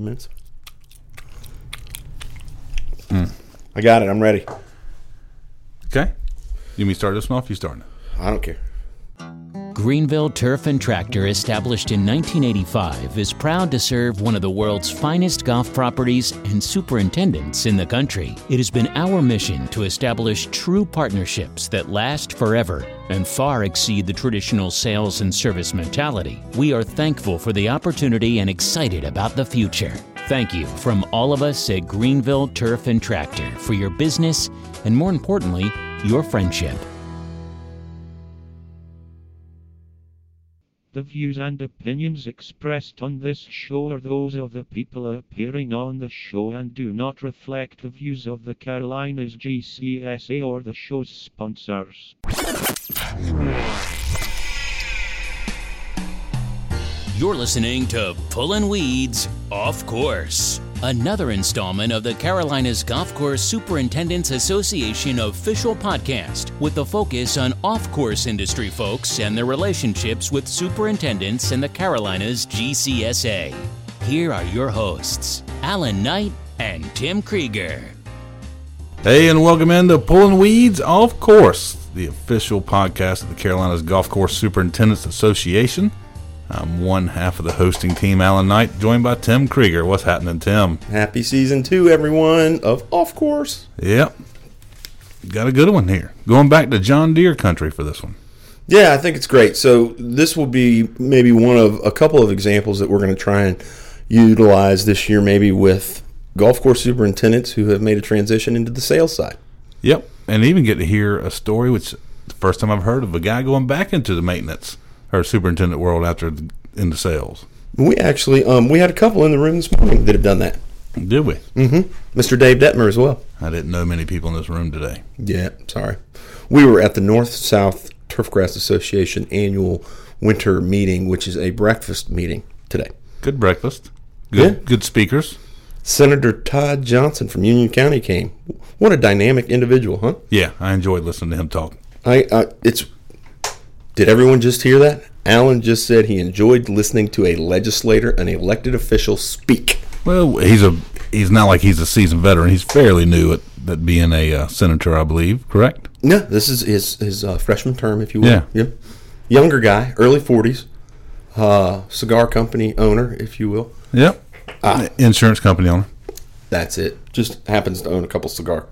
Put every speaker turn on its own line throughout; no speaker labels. minutes. I got it. I'm ready.
Okay. You mean start this one off? You starting it.
I don't care.
Greenville Turf and Tractor, established in 1985, is proud to serve one of the world's finest golf properties and superintendents in the country. It has been our mission to establish true partnerships that last forever and far exceed the traditional sales and service mentality. We are thankful for the opportunity and excited about the future. Thank you from all of us at Greenville Turf and Tractor for your business and, more importantly, your friendship.
The views and opinions expressed on this show are those of the people appearing on the show and do not reflect the views of the Carolinas GCSA or the show's sponsors.
You're listening to Pullin' Weeds Off Course, another installment of the Carolinas Golf Course Superintendents Association official podcast with the focus on off course industry folks and their relationships with superintendents and the Carolinas GCSA. Here are your hosts, Alan Knight and Tim Krieger.
Hey, and welcome into Pulling Weeds Off Course, the official podcast of the Carolinas Golf Course Superintendents Association. I'm one half of the hosting team, Alan Knight, joined by Tim Krieger. What's happening, Tim?
Happy season two, everyone, of Off Course.
Yep. Got a good one here. Going back to John Deere country for this one.
Yeah, I think it's great. So this will be maybe one of a couple of examples that we're going to try and utilize this year, maybe with golf course superintendents who have made a transition into the sales side.
Yep. And even get to hear a story, which the first time I've heard of a guy going back into the maintenance or superintendent world after the- into sales.
We actually um, we had a couple in the room this morning that have done that.
Did we?
Mr. Dave Detmer as well.
I didn't know many people in this room today.
Yeah, sorry. We were at the North South Turfgrass Association annual winter meeting, which is a breakfast meeting today.
Good breakfast. Good
Yeah.
good speakers.
Senator Todd Johnson from Union County came. What a dynamic individual, huh?
Yeah, I enjoyed listening to him talk.
I, I it's did everyone just hear that? Alan just said he enjoyed listening to a legislator, an elected official speak.
Well, he's a he's not like he's a seasoned veteran. He's fairly new at that being a uh, senator, I believe. Correct.
No, this is his his uh, freshman term, if you will.
Yeah.
Younger guy, early forties, uh, cigar company owner, if you will.
Yep. Insurance company owner.
That's it. Just happens to own a couple cigar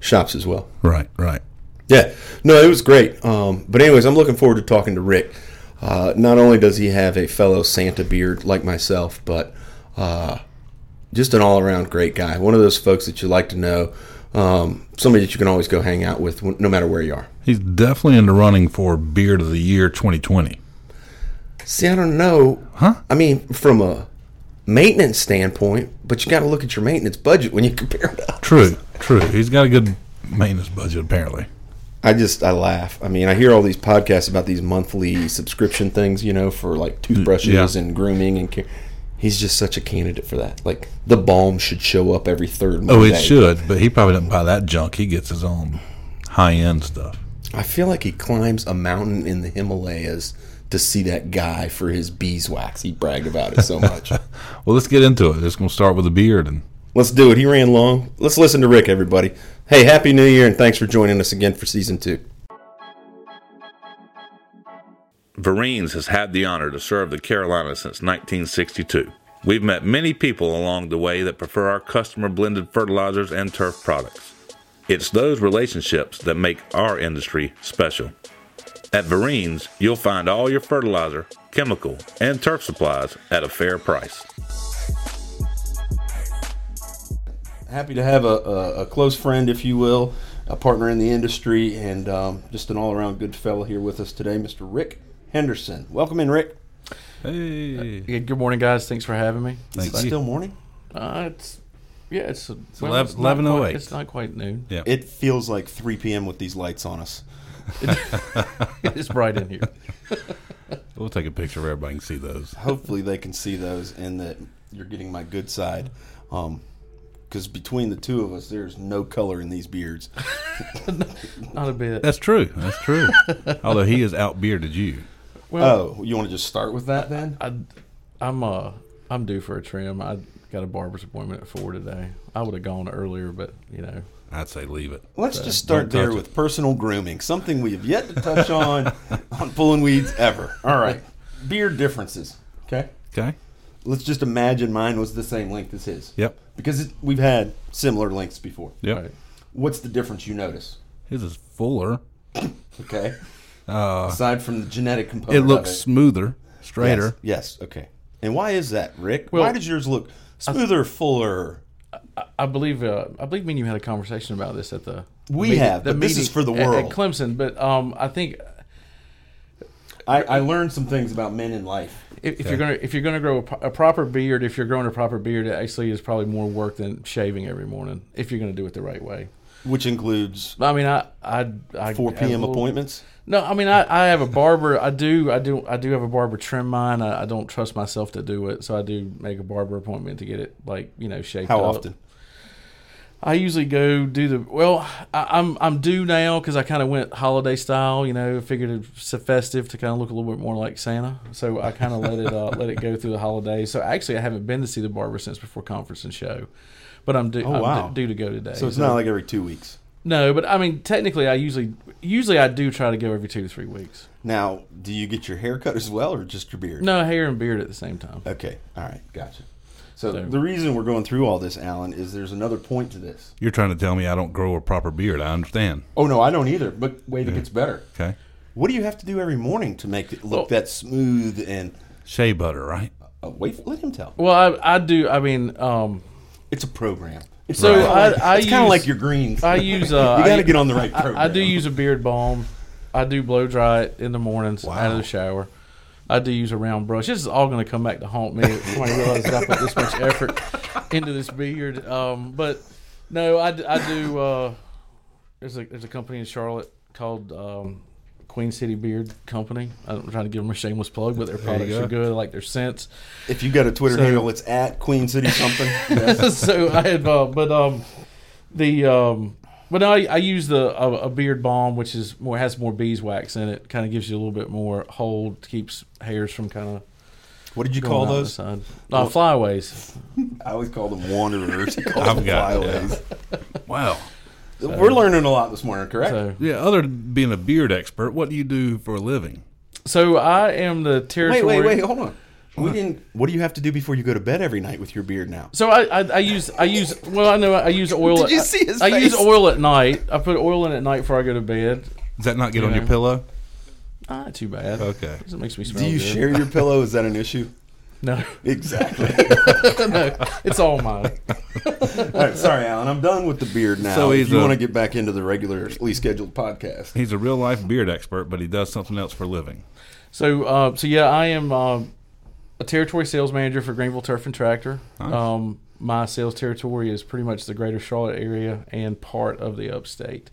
shops as well.
Right. Right.
Yeah, no, it was great. Um, but anyways, I'm looking forward to talking to Rick. Uh, not only does he have a fellow Santa beard like myself, but uh, just an all around great guy. One of those folks that you like to know, um, somebody that you can always go hang out with, when- no matter where you are.
He's definitely in the running for beard of the year 2020.
See, I don't know.
Huh?
I mean, from a maintenance standpoint, but you got to look at your maintenance budget when you compare it up.
True. True. He's got a good maintenance budget apparently.
I just I laugh. I mean, I hear all these podcasts about these monthly subscription things, you know, for like toothbrushes
Mm, Yeah.
and grooming and care. He's just such a candidate for that. Like the balm should show up every third. Monday.
Oh, it should, but he probably doesn't buy that junk. He gets his own high end stuff.
I feel like he climbs a mountain in the Himalayas to see that guy for his beeswax. He bragged about it so much.
Well, let's get into it. It's going to start with the beard and
Let's do it. He ran long. Let's listen to Rick, everybody. Hey, happy New Year and thanks for joining us again for season two.
Vereen's has had the honor to serve the Carolinas since 1962. We've met many people along the way that prefer our customer blended fertilizers and turf products. It's those relationships that make our industry special. At Vereen's, you'll find all your fertilizer, chemical, and turf supplies at a fair price.
happy to have a, a, a close friend, if you will, a partner in the industry, and um, just an all around good fellow here with us today, Mr. Rick Henderson. Welcome in, Rick.
hey,
Yeah, good morning, guys. Thanks for having me.
thanks.
Still morning?
Uh, it's yeah, it's, well,
elev-
it's not
11:08.
quite- It's not quite noon.
Yeah.
It feels like 3 p.m. with these lights on us.
it's bright in here.
We'll take a picture of everybody can see those.
Hopefully, they can see those and that you're getting my good side. Because between the two of us, there's no color in these beards.
Not a bit.
That's true. That's true. Although he has outbearded you.
Well,
Oh, you want to just start with that then?
I, I'm uh, I'm due for a trim. I got a barber's appointment at four today. I would have gone earlier, but you know,
I'd say leave it.
Let's just start
don't
there
touch
with personal grooming, something we have yet to touch on on pulling weeds ever. All right, beard differences. Okay,
Okay.
let's just imagine mine was the same length as his.
Yep.
Because it, we've had similar lengths before.
Yep.
right.
What's the difference you notice?
His is fuller. Uh,
Okay. Aside from the genetic
It
component,
looks
of
smoother,
it.
straighter.
Yes, yes. Okay. And why is that, Rick?
Well,
why does yours look smoother, fuller?
I believe uh, I believe me and you had a conversation about this at the
We
meeting-
have, but this is
meeting
for the
at- at
world.
Clemson, but um, I think
I, I learned some things about men in life.
if, if you're gonna if you're gonna grow a, pro- a proper beard, if you're growing a proper beard, it actually is probably more work than shaving every morning if you're gonna do it the right way.
which includes
I mean, I I, I
4
have a
p.m.
little-
appointments.
No, I mean, I, I have a barber. I do I do I do have a barber trim mine. I, I don't trust myself to do it, so I do make a barber appointment to get it like you know shaped.
How
up.
often?
I usually go do the well. I, I'm I'm due now because I kind of went holiday style, you know, figured it's festive to kind of look a little bit more like Santa. So I kind of let it uh, let it go through the holidays. So actually, I haven't been to see the barber since before conference and show, but I'm due. I'm
Oh, wow.
due, due to go today.
So it's not like every two weeks.
no, but I mean, technically, I usually usually I do try to go every two to three weeks.
Now, do you get your hair cut as well or just your beard?
No hair and beard at the same time.
Okay. All right. Gotcha. So
So-
the reason we're going through all this, Alan, is there's another point to this.
You're trying to tell me I don't grow a proper beard. I understand.
Oh no, I don't either. But wait, it gets better.
Okay.
What do you have to do every morning to make it look
Well-
that smooth and?
Shea butter, right?
Oh, wait, let him tell.
Well, I I do. I mean, um,
It's a program. It's
So
kinda
I-
like-
I
it's kind of
use-
like your greens.
I use. Uh,
you got to
I-
get on the right program.
I, I do use a beard balm. I do blow dry it in the mornings out of the shower. I do use a round brush. This is all going to come back to haunt me when I realize that I put this much effort into this beard. Um, but no, I, d- I do. Uh, there's a there's a company in Charlotte called um, Queen City Beard Company. I'm trying to give them a shameless plug, but their products
go.
are good. I like their scents.
If you got a Twitter
So-
handle, it's at Queen City something. Yes.
so I had, uh, but um, the um, but I I use the a, a beard balm, which is more has more beeswax in it. Kind of gives you a little bit more hold, keeps hairs from kind of
What did you call those?
uh, flyaways.
I always call them wanderers. I call
I've
them
got-
flyaways.
Wow.
We're learning a lot this morning, correct?
So
Yeah. Other than being a beard expert, what do you do for a living?
so I am the
wait,
territory.
wait, wait, hold on. We didn't. What do you have to do before you go to bed every night with your beard now?
So I, I I use I use well I know I use oil.
Did
at-
you see his
I, I use
face?
oil at night. I put oil in at night before I go to bed.
Does that not get on
Yeah.
your pillow?
Not too bad.
Okay.
It makes me smell.
Do you
good.
share your pillow? Is that an issue?
No,
Exactly.
no, it's all mine.
All right, sorry, Alan. I'm done with the beard now.
So
So
he's
if you
a-
want to get back into the regularly scheduled podcast,
He's a real life beard expert, but he does something else for a living.
So, uh, so yeah, I am um a territory sales manager for Greenville Turf and Tractor. Um, my sales territory is pretty much the Greater Charlotte area and part of the Upstate.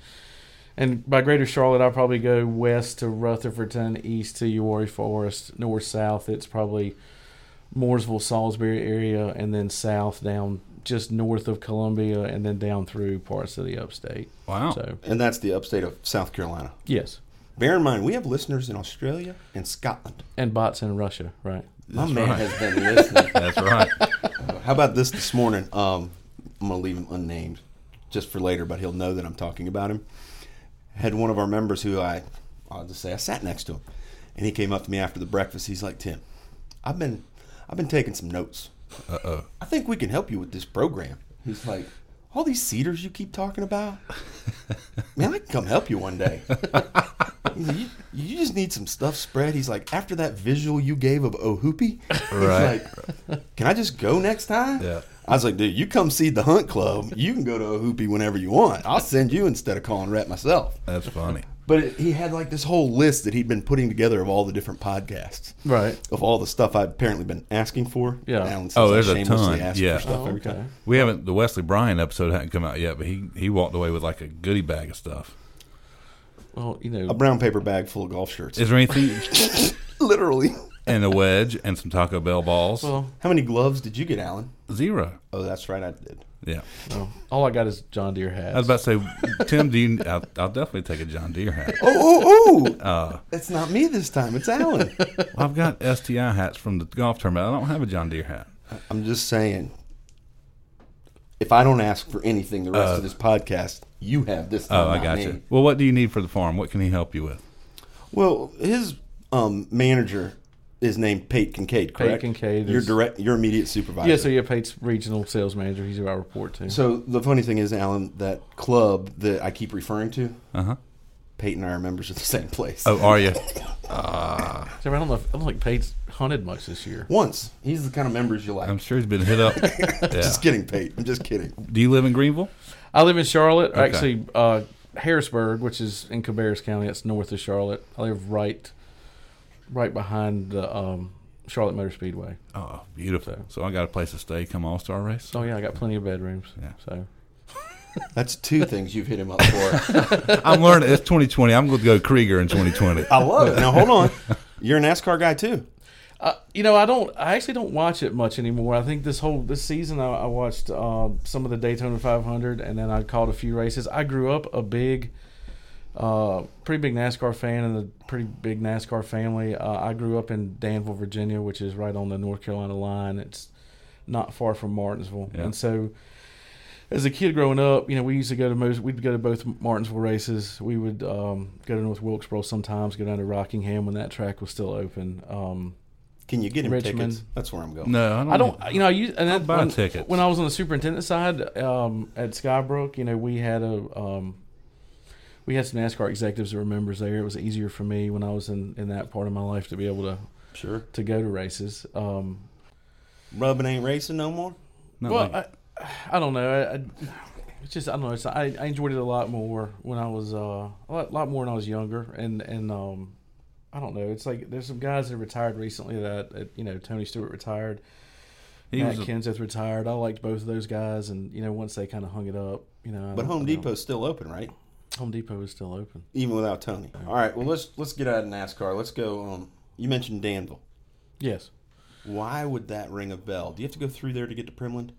And by Greater Charlotte, I probably go west to Rutherfordton, east to Uwari Forest, north south. It's probably Mooresville, Salisbury area, and then south down just north of Columbia, and then down through parts of the Upstate.
Wow.
So,
and that's the upstate of South Carolina.
yes,
Bear in mind, we have listeners in Australia and Scotland.
and bots in Russia, right?
My man has been listening.
That's right.
How about this this morning? Um, I'm going to leave him unnamed just for later, but he'll know that I'm talking about him. Had one of our members who I, I'll just say I sat next to him, and he came up to me after the breakfast. He's like, Tim, I've been, I've been taking some notes. Uh oh. I think we can help you with this program. He's like, all these cedars you keep talking about, man, I can come help you one day. He's like, you, you just need some stuff spread. He's like, after that visual you gave of Ohoopy, he's
Right.
like, can I just go next time?
Yeah.
I was like, dude, you come see the Hunt Club. You can go to Ohoopy whenever you want. I'll send you instead of calling Rhett myself.
That's funny.
But it, he had like this whole list that he'd been putting together of all the different podcasts.
Right.
Of all the stuff I've apparently been asking for.
Yeah.
Alan, since
Oh,
I
there's a
shamelessly
ton.
asked
Yeah.
For stuff
Oh,
every
okay.
time.
We haven't the Wesley Bryan episode hadn't come out yet, but he he walked away with like a goodie bag of stuff.
Well, you know,
A brown paper bag full of golf shirts.
Is there anything
Literally.
and a wedge and some Taco Bell balls?
well,
How many gloves did you get, Alan?
Zero.
Oh, that's right, I did.
Yeah.
Well, Oh. all I got is John Deere hats.
I was about to say, Tim, do you? I'll, I'll definitely take a John Deere hat.
Oh, oh, oh! that's not me this time. It's Alan.
I've got STI hats from the golf tournament. I don't have a John Deere hat.
I'm just saying, if I don't ask for anything the rest of this podcast, you have this. Time,
Uh, Oh, I
not
got
me.
you. Well, what do you need for the farm? What can he help you with?
Well, his um, manager is named Pate Kincaid, correct?
Kincaid
your
is-
direct, your immediate supervisor.
Yeah, so yeah, Pate's regional sales manager. He's who I report to.
So the funny thing is, Alan, that club that I keep referring to,
Uh huh.
Pate and I are members of the same place.
Oh, are you?
So I don't know. If, I don't think Pate's hunted much this year.
Once he's the kind of members you like.
I'm sure he's been hit up. Yeah.
Just kidding, Pate. I'm just kidding.
Do you live in Greenville?
I live in Charlotte, or actually uh, Harrisburg, which is in Cabarrus County. That's north of Charlotte. I live right, right behind the um, Charlotte Motor Speedway.
Oh, beautiful.
So-
So I got a place to stay. Come All Star Race.
Oh yeah, I got plenty of bedrooms.
Yeah.
So
That's two things you've hit him up for.
I'm learning. It's 2020. I'm going to go Krieger in 2020.
I love it. Now hold on, you're a NASCAR guy too.
uh, you know, I don't. I actually don't watch it much anymore. I think this whole this season, I, I watched uh, some of the Daytona 500, and then I called a few races. I grew up a big, uh, pretty big NASCAR fan, and a pretty big NASCAR family. Uh, I grew up in Danville, Virginia, which is right on the North Carolina line. It's not far from Martinsville,
Yeah.
and so. As a kid growing up, you know, we used to go to most. We'd go to both Martinsville races. We would um, go to North Wilkesboro sometimes. Go down to Rockingham when that track was still open. Um,
Can you get him
Richmond.
tickets? That's where I'm going.
No, I don't.
I don't, you know, I used and that,
buy
when,
tickets.
when I was on the superintendent side um, at Skybrook. You know, we had a um, we had some NASCAR executives that were members there. It was easier for me when I was in, in that part of my life to be able to
Sure.
to go to races. Um,
Rubbing ain't racing no more.
not
well,
like-
I, I don't know. I, I, it's just I don't know. It's, I, I enjoyed it a lot more when I was uh, a lot, lot more when I was younger, and and um, I don't know. It's like there's some guys that retired recently that uh, you know Tony Stewart retired.
he
Matt
was. a-
Kenseth retired. I liked both of those guys, and you know, once they kind of hung it up, you know. I
But
don't-
Home
I don't-
Depot's still open, right?
Home Depot is still open.
Even without Tony. All right. Well, let's let's get out of NASCAR. Let's go. Um, you mentioned Danville.
Yes.
Why would that ring a bell? Do you have to go through there to get to Primland?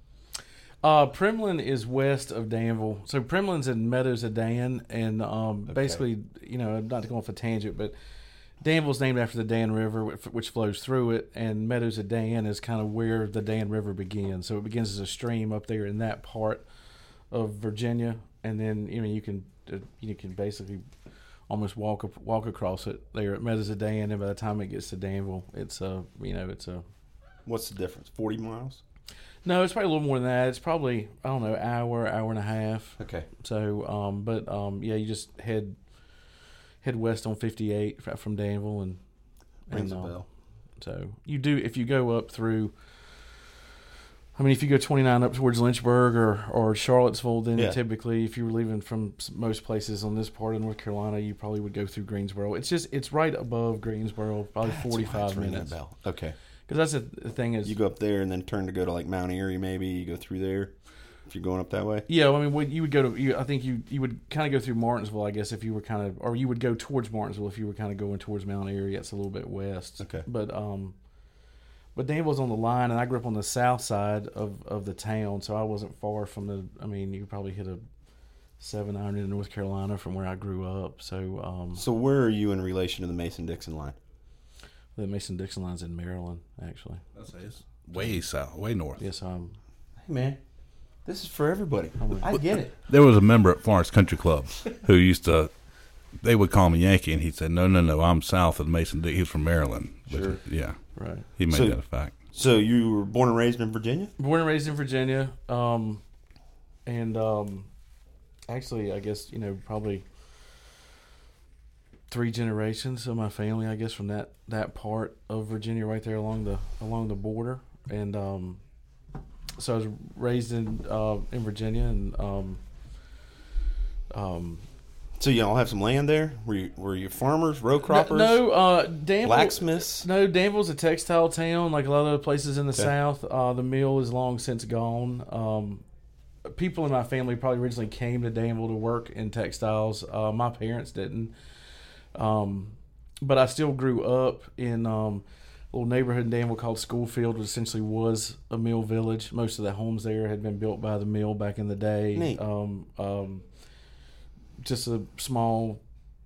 Uh, Primlin is west of Danville, so Primlin's in Meadows of Dan, and um, basically, you know, not to go off a tangent, but Danville's named after the Dan River, which which flows through it, and Meadows of Dan is kind of where the Dan River begins. So it begins as a stream up there in that part of Virginia, and then you know you can uh, you can basically almost walk up, walk across it there at Meadows of Dan, and by the time it gets to Danville, it's a you know it's a
What's the difference? Forty miles.
no, it's probably a little more than that. It's probably I don't know hour, hour and a half.
Okay.
So, um, but um, yeah, you just head head west on 58 f- from Danville, and
Rings
and,
a
um,
bell.
So you do if you go up through. I mean, if you go 29 up towards Lynchburg or, or Charlottesville, then
Yeah.
typically, if you were leaving from s- most places on this part of North Carolina, you probably would go through Greensboro. It's just it's right above Greensboro, probably 45 minutes.
bell. Okay.
Because that's the, the thing is
You go up there and then turn to go to like Mount Airy, maybe. You go through there if you're going up that way.
Yeah, I mean, what you would go to, you, I think you you would kind of go through Martinsville, I guess, if you were kind of, or you would go towards Martinsville if you were kind of going towards Mount Airy. It's a little bit west.
Okay.
But um, but Danville's on the line, and I grew up on the south side of of the town, so I wasn't far from the. I mean, you could probably hit a seven iron in North Carolina from where I grew up. So um,
So where are you in relation to the Mason Dixon line?
the Mason Dixon line's in Maryland, actually.
Way south, way north.
Yes, um,
Hey man, this is for everybody. I get it.
There was a member at Florence Country Club who used to. They would call me Yankee, and he'd say, "No, no, no, I'm south of Mason. Dixon." He was from Maryland. Which- Yeah,
right.
he made
So-
that a fact.
So you were born and raised in Virginia?
born and raised in Virginia. Um, and um, actually, I guess you know probably three generations of my family. I guess from that that part of Virginia, right there along the along the border. And um, so I was raised in uh, in Virginia, and um, um,
So y'all have some land there? Were you were you farmers, row croppers,
no, uh, Danville,
blacksmiths?
No, Danville's a textile town, like a lot of other places in the South. Uh, the mill is long since gone. Um, people in my family probably originally came to Danville to work in textiles. Uh, my parents didn't, um, but I still grew up in um, a little neighborhood in Danville called Schoolfield, which essentially was a mill village. Most of the homes there had been built by the mill back in the day.
Neat.
Um, um, just a small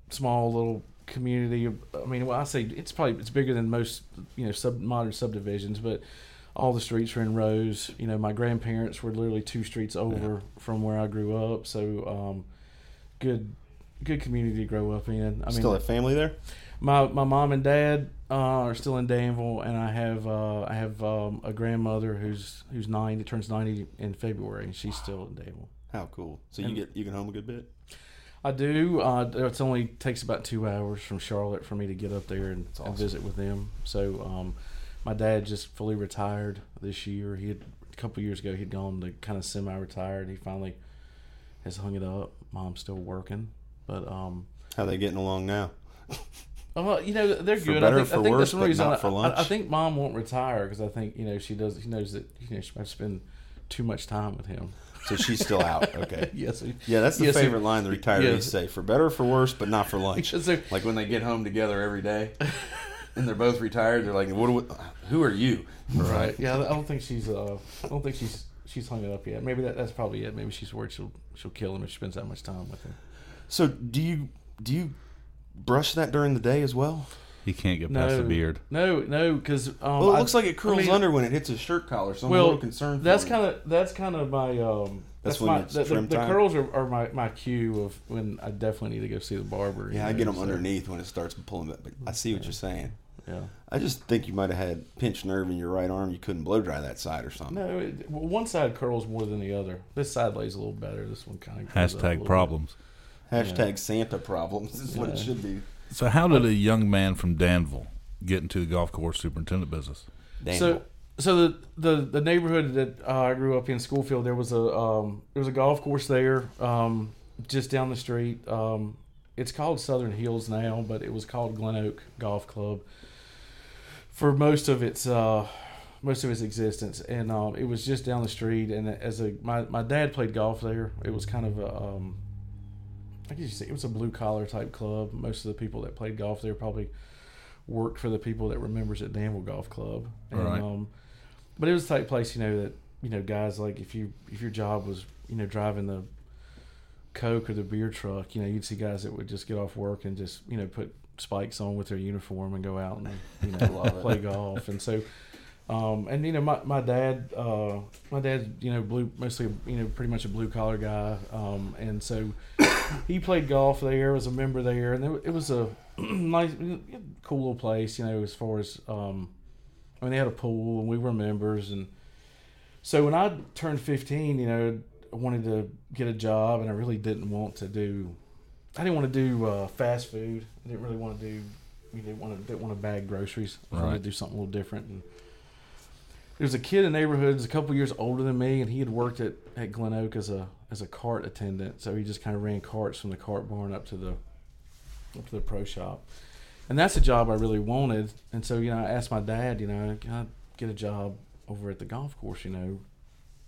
small little community. I mean, well, I say it's probably it's bigger than most you know sub modern subdivisions, but all the streets are in rows. You know, my grandparents were literally two streets over from where I grew up, so um, good good community to grow up in. I mean,
Still have family there?
my my mom and dad uh, are still in Danville, and I have uh, I have um, a grandmother who's who's ninety turns ninety in February, and she's still in Danville.
How cool. So you get you get home a good bit?
I do. Uh, it only takes about two hours from Charlotte for me to get up there and, and visit with them. So um, my dad just fully retired this year. He had a couple years ago he'd gone to kind of semi-retired. He finally has hung it up. Mom's still working, but um, uh,
How they getting along now?
Well, you know they're good.
better,
I think,
for
I think
worse,
that's one
but
reason.
not
I,
for
I-
lunch.
I, think mom won't retire because I think you know she does. She knows that you know she might spend too much time with him.
So she's still out. Okay.
Yes.
Yeah, that's the
yes,
favorite line the retirees
yes.
say: "For better, or for worse, but not for lunch."
Because they're-
like when they get home together every day, and they're both retired. They're like, "What? do we- Who are you?"
Right. Yeah. I don't think she's. Uh, I don't think she's. She's hung it up yet. Maybe that, that's probably it. Maybe she's worried she'll she'll kill him if she spends that much time with him.
So do you do you brush that during the day as well?
He can't get past the beard.
No. No. Because um,
Well, it
I-
looks like it curls
I mean,
under when it hits his shirt collar. So I'm a
Well,
little concerned.
that's kind of that's kind of my um.
That's
That's,
when
my
it's
the, the,
trim
the
time.
curls are, are my, my cue of when I definitely need to go see the barber. you
Yeah, I
know,
get them
so,
underneath when it starts pulling back. But I see what you're saying.
Yeah.
I just think you might have had pinched nerve in your right arm. You couldn't blow dry that side or something.
No, it, well, one side curls more than the other. This side lays a little better. This one kind of
Hashtag problems.
Hashtag Santa problems is what it should be.
So, how did a young man from Danville get into the golf course superintendent business?
Damn.
So, so the, the the neighborhood that uh, I grew up in, Schoolfield, there was a um, there was a golf course there, um, just down the street. Um, it's called Southern Hills now, but it was called Glen Oak Golf Club for most of its uh, most of its existence, and um, it was just down the street. And as a my, my dad played golf there, it was kind of a um, I guess you say it was a blue collar type club. Most of the people that played golf there probably worked for the people that were members at Danville Golf Club. And,
Right.
um, but it was a type place, you know, that you know guys like if you if your job was you know driving the Coke or the beer truck, you know, you'd see guys that would just get off work and just, you know, put spikes on with their uniform and go out and, you know, play golf. And so, um, and you know, my, my dad, uh, my dad, you know, blue, mostly, you know, pretty much a blue collar guy. Um, and so he played golf there, was a member there, and it, it was a nice, cool little place, you know, as far as, um, I mean, they had a pool and we were members and, so when I turned 15, you know, I wanted to get a job and I really didn't want to do, I didn't want to do uh, fast food. I didn't really want to do, you didn't want to, didn't want to bag groceries. I wanted
Right.
to do something a little different. And there was a kid in the neighborhood, who's a couple years older than me, and he had worked at, at Glen Oak as a, as a cart attendant. So he just kind of ran carts from the cart barn up to the, up to the pro shop. And that's a job I really wanted. And so, you know, I asked my dad, you know, can I get a job over at the golf course, you know,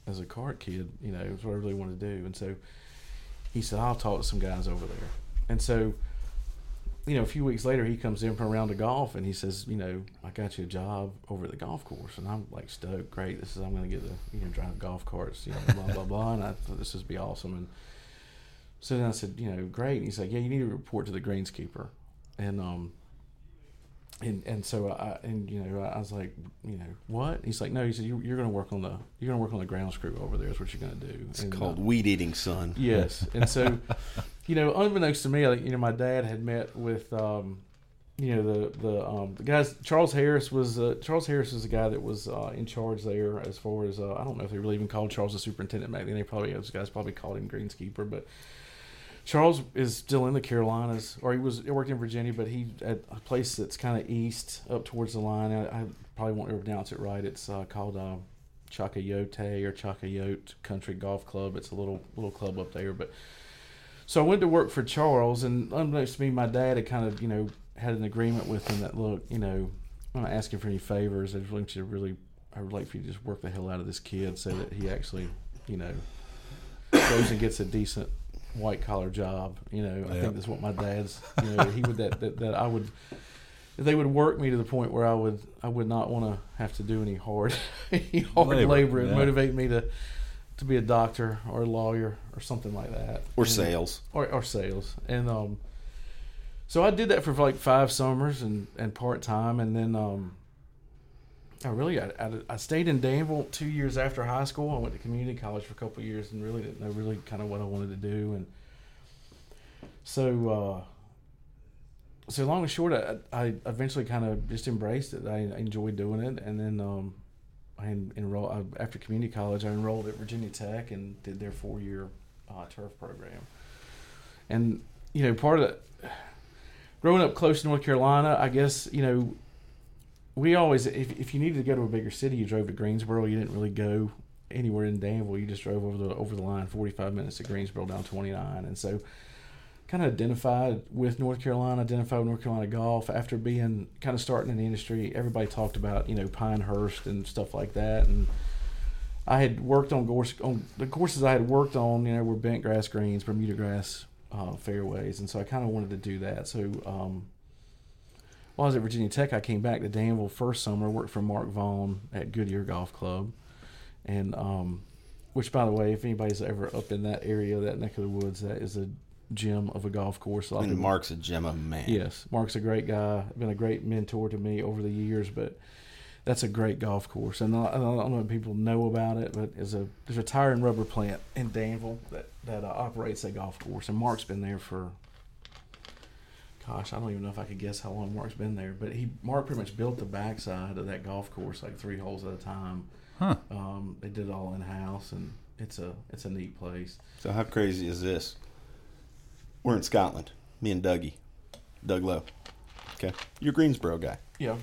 as a cart kid, you know, it's what I really want to do. And so he said, I'll talk to some guys over there. And so, you know, a few weeks later, he comes in for a round of golf and he says, you know, I got you a job over at the golf course. And I'm like, stoked, great. This is, I'm going to get to, you know, drive golf carts, you know, blah, blah, blah. And I thought this would be awesome. And so then I said, you know, great. And he's like, yeah, you need to report to the greenskeeper. And, um, and and so I and you know I was like you know what he's like no he said you, you're going to work on the you're going to work on the ground screw over there is what you're going to do it's
called weed eating son.
yes and so you know unbeknownst to me like you know my dad had met with um you know the the um the guys Charles Harris was uh, Charles Harris was the guy that was uh, in charge there as far as uh, I don't know if they really even called Charles the superintendent back then they probably those guys probably called him greenskeeper but Charles is still in the Carolinas, or he was he worked in Virginia, but he at a place that's kind of east up towards the line. I, I probably won't ever pronounce it right. It's uh, called uh, Chakayote or Chakayote Country Golf Club. It's a little little club up there, but so I went to work for Charles, and unbeknownst to me, my dad had kind of you know had an agreement with him that look, you know, I'm not asking for any favors. I just want you to really, I would like for you to just work the hell out of this kid so that he actually, you know, goes and gets a decent white collar job. You know, I think that's what my dad's. You know, he would that, that that I would. They would work me to the point where I would I would not want to have to do any hard any hard labor.
Labor,
and
yeah.
motivate me to to be a doctor or a lawyer or something like that
Or
And-
sales.
or, or sales and um so I did that for like five summers and and part time and then um I really, I, I, I stayed in Danville two years after high school. I went to community college for a couple of years and really didn't know really kind of what I wanted to do. And so, uh, so long and short, I, I eventually kind of just embraced it. I enjoyed doing it, and then um, I en- enrolled I, after community college. I enrolled at Virginia Tech and did their four-year uh, turf program. And you know, part of the, growing up close to North Carolina, I guess you know we always if, if you needed to go to a bigger city you drove to greensboro you didn't really go anywhere in danville you just drove over the over the line 45 minutes to greensboro down 29 and so kind of identified with north carolina identified with north carolina golf after being kind of starting in the industry everybody talked about you know pinehurst and stuff like that and i had worked on course on the courses i had worked on you know were bent grass greens bermuda grass uh, fairways and so i kind of wanted to do that so um, while I was at Virginia Tech, I came back to Danville first summer, worked for Mark Vaughn at Goodyear Golf Club. And, um, which, by the way, if anybody's ever up in that area, that neck of the woods, that is a gem of a golf course. A lot of
And
people-
Mark's a gem of a man.
Yes, Mark's a great guy, been a great mentor to me over the years, but that's a great golf course. And I I don't know if people know about it, but there's a there's a tire and rubber plant in Danville that that uh, operates a golf course, and Mark's been there for. Gosh, I don't even know if I could guess how long Mark's been there, but he Mark pretty much built the backside of that golf course like three holes at a time.
Huh.
Um, they did it all in house, and it's a it's a neat place.
So how crazy is this? We're in Scotland. Me and Dougie, Doug Lowe. Okay, you're a Greensboro guy.
Yeah,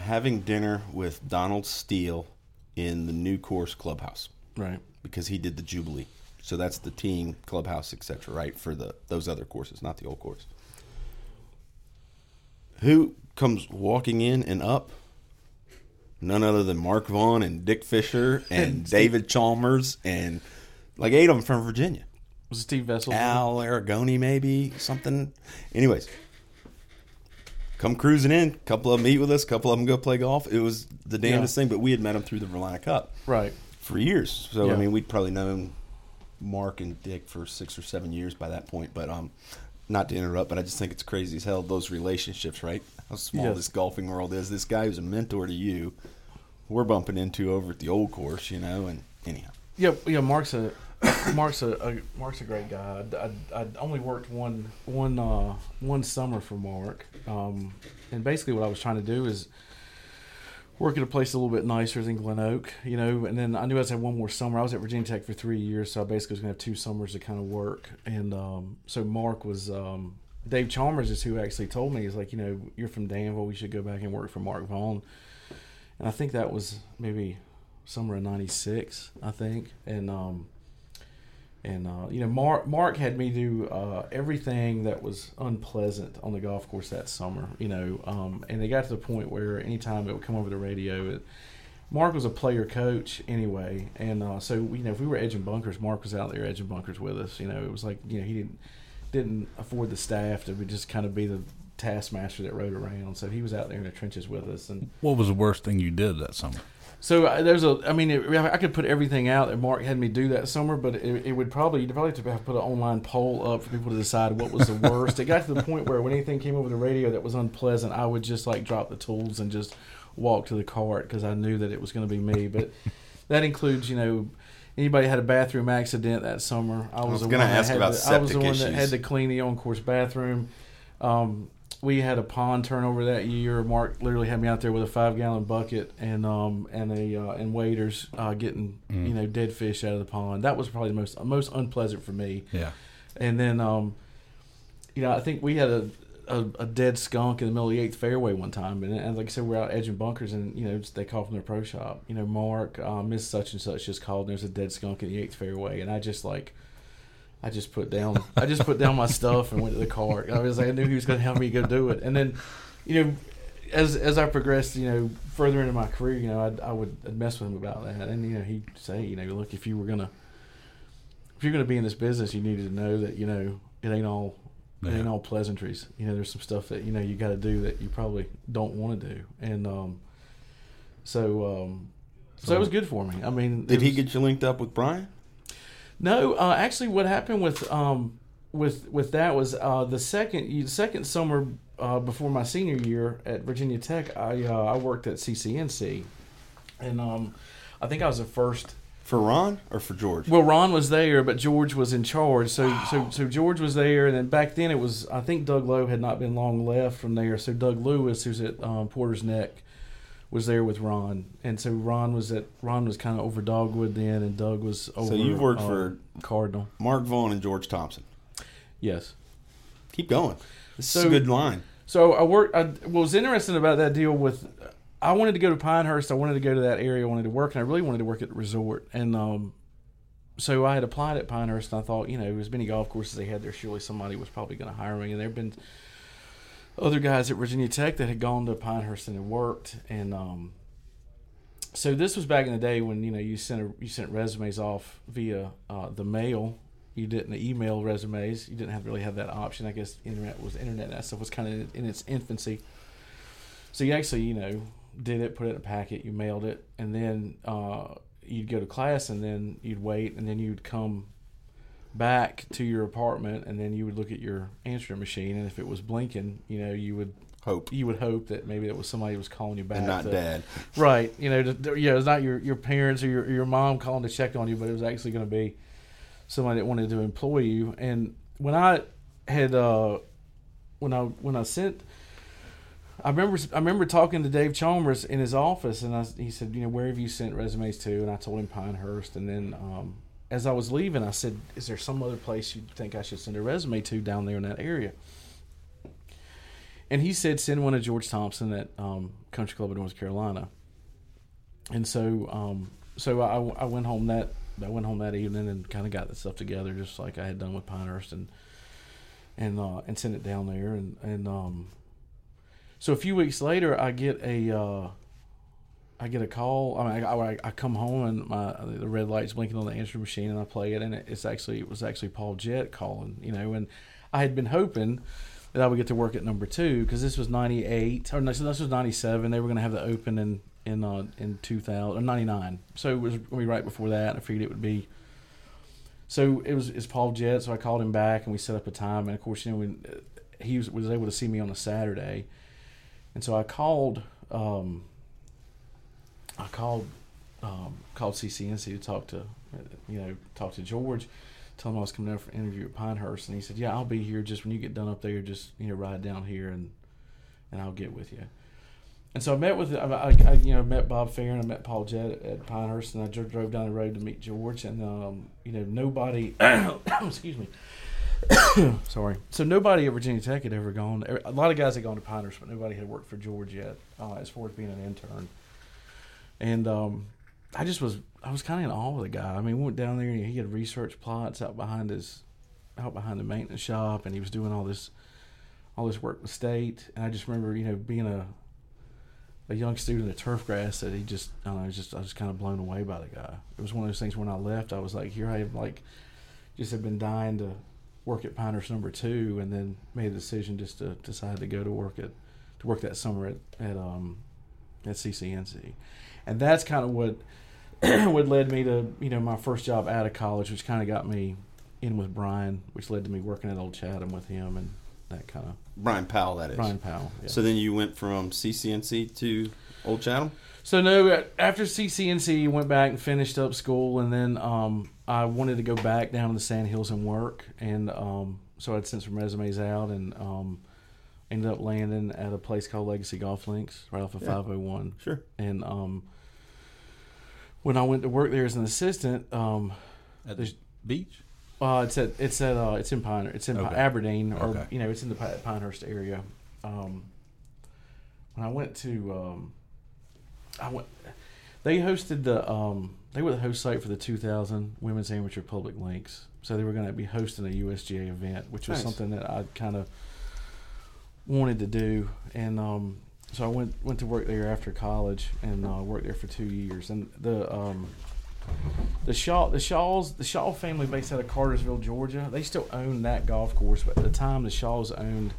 Having dinner with Donald Steele in the New Course Clubhouse
right.
because he did the Jubilee. So that's the team clubhouse, etc. Right for the those other courses, not the old course. Who comes walking in and up? None other than Mark Vaughn and Dick Fisher and David Chalmers and like eight of them from Virginia.
Was it Steve Vessels?
Al Aragoni, maybe something. Anyways, come cruising in. couple of them eat with us. couple of them go play golf. It was the damnedest
Yeah.
thing, but we had met them through the Verlina Cup
Right.
for years. So
Yeah.
I mean, we'd probably known Mark and Dick for six or seven years by that point. But um, not to interrupt, but I just think it's crazy as hell those relationships, right? How small
Yes.
this golfing world is. This guy who's a mentor to you, we're bumping into over at the old course, you know. And anyhow,
Yeah, yeah. Mark's a Mark's a, a Mark's a great guy. I, I, I only worked one one uh, one summer for Mark, um, and basically what I was trying to do is work at a place a little bit nicer than Glen Oak, you know. And then I knew I was had one more summer. I was at Virginia Tech for three years, so I basically was gonna have two summers to kind of work. And um, so Mark was um, Dave Chalmers is who actually told me he's like, you know, you're from Danville, we should go back and work for Mark Vaughn. And I think that was maybe summer of '96, I think. And um, and uh, you know, Mark Mark had me do uh, everything that was unpleasant on the golf course that summer. You know, um, and they got to the point where anytime it would come over the radio, it, Mark was a player coach anyway, and uh, so you know, if we were edging bunkers, Mark was out there edging bunkers with us. You know, it was like you know he didn't didn't afford the staff to be, just kind of be the taskmaster that rode around, so he was out there in the trenches with us and.
What was the worst thing you did that summer?
So uh, there's a, I mean, it, I could put everything out that Mark had me do that summer, but it, it would probably, you'd probably have to have put an online poll up for people to decide what was the worst. it got to the point where when anything came over the radio that was unpleasant, I would just like drop the tools and just walk to the cart because I knew that it was going to be me. But that includes, you know, anybody had a bathroom accident that summer. I was,
was
the
gonna
one that
ask
had
about
to- I was
septic
the one that had
issues.
to clean the on-course bathroom. Um, we had a pond turnover that year. Mark literally had me out there with a five gallon bucket and um and a uh, and waders uh, getting you know dead fish out of the pond. That was probably the most most unpleasant for me.
Yeah.
And then um, you know I think we had a. A, a dead skunk in the middle of the eighth fairway one time, and, and like I said, we're out edging bunkers, and you know they call from their pro shop. You know, Mark, uh, Miss such and such just called, and there's a dead skunk in the eighth fairway, and I just like I just put down I just put down my stuff and went to the cart. I was like I knew he was going to help me go do it. And then, you know, as as I progressed, you know, further into my career, you know, I'd, I would I'd mess with him about that. And you know, he'd say, you know, look, if you were gonna if you're gonna be in this business, you needed to know that you know it ain't all it ain't
Yeah.
all pleasantries. You know, there's some stuff that you know you got to do that you probably don't want to do. And um, so um, so, it was good for me. I mean,
did
it
he
was-
get you linked up with Brian?
no, uh, actually, what happened with um, with with that was uh, the second you, the second summer uh, before my senior year at Virginia Tech, I uh, I worked at CCNC, and um, I think I was the first
For Ron or for George?
well, Ron was there, but George was in charge. So, so, so George was there, and then back then it was I think Doug Lowe had not been long left from there. So Doug Lewis, who's at um, Porter's Neck, was there with Ron, and so Ron was at Ron was kind of over Dogwood then, and Doug was over.
you've worked
um,
for-
Cardinal,
Mark Vaughn and George Thompson.
yes.
Keep going. This is
So-
a good line.
So I worked. I, what was interesting about that deal with, I wanted to go to Pinehurst. I wanted to go to that area. I wanted to work, and I really wanted to work at the resort. And um, so I had applied at Pinehurst, and I thought, you know, as many golf courses they had there, surely somebody was probably going to hire me. And there've been other guys at Virginia Tech that had gone to Pinehurst and had worked, and um, so this was back in the day when you know you sent a, you sent resumes off via uh, the mail. You didn't email resumes. You didn't have really have that option. I guess internet was internet. and That stuff was kind of in its infancy. So you actually you know did it, put it in a packet, you mailed it, and then uh, you'd go to class, and then you'd wait, and then you'd come back to your apartment, and then you would look at your answering machine, and if it was blinking, you know you would
Hope.
you would hope that maybe it was somebody who was calling you back
And not
to-
dad.
Right. You know, to, yeah, it's not your, your parents or your, your mom calling to check on you, but it was actually going to be somebody that wanted to employ you. And when I had, uh, when I, when I sent, I remember, I remember talking to Dave Chalmers in his office and I, s- he said, you know, where have you sent resumes to? And I told him Pinehurst. And then, um, as I was leaving, I said, is there some other place you think I should send a resume to down there in that area? And he said, send one to George Thompson at um, Country Club of North Carolina and so um, so I, I went home that I went home that evening and kind of got the stuff together just like I had done with Pinehurst and and uh, and sent it down there and and um, so a few weeks later I get a uh, I get a call I mean I, I, I come home and my the red light's blinking on the answering machine and I play it and it, it's actually it was actually Paul Jett calling you know and I had been hoping that I would get to work at number two because this was '98 or no, so this was '97. They were going to have the open in in uh, in 2000 or '99, so it was going to be right before that. and I figured it would be. So it was it's Paul Jett. So I called him back and we set up a time. And of course, you know, when, uh, he was, was able to see me on a Saturday, and so I called. Um, I called um, called CCNC to talk to uh, you know talk to George, tell him I was coming down for an interview at Pinehurst, and he said, "Yeah, I'll be here. Just when you get done up there, just you know ride down here and and I'll get with you." And so I met with I, I I, you know met Bob Fair and I met Paul Jett at, at Pinehurst, and I dro- drove down the road to meet George, and um, you know nobody excuse me. Sorry. So nobody at Virginia Tech had ever gone. er, A lot of guys had gone to Pinehurst, but nobody had worked for George yet, uh, as far as being an intern and um, I just was I was kind of in awe of the guy. I mean, we went down there and he had research plots out behind his out behind the maintenance shop, and he was doing all this all this work with state. And I just remember, you know, being a a young student at turf grass that he just I, don't know, I was just I was kind of blown away by the guy. It was one of those things when I left, I was like, here I am, like just had been dying to work at Pinehurst number two, and then made a decision just to decide to go to work at to work that summer at at um at CCNC, and that's kind of what what led me to you know my first job out of college, which kind of got me in with Brian, which led to me working at Old Chatham with him and that kind of
Brian Powell, that is.
Brian Powell. yeah.
So then you went from CCNC to Old Chatham?
So no, after CCNC, went back and finished up school, and then um, I wanted to go back down to the Sand Hills and work, and um, so I'd sent some resumes out, and um, ended up landing at a place called Legacy Golf Links, right off of 501.
Sure.
And um, when I went to work there as an assistant, um,
At the
There's-
beach?
uh, it's at it's at uh, it's in Pine it's in Pi-
Okay.
Aberdeen or
Okay.
you know it's in the Pi- Pinehurst area. Um, when I went to, um, I went. They hosted the um, they were the host site for the 2000 Women's Amateur Public Links, so they were going to be hosting a USGA event, which was
Nice.
something that I kind of wanted to do, and um, so I went went to work there after college and uh, worked there for two years, and the. Um, the Shaw, the Shaws, the Shaw family, based out of Cartersville, Georgia, they still own that golf course. But at the time, the Shaws owned,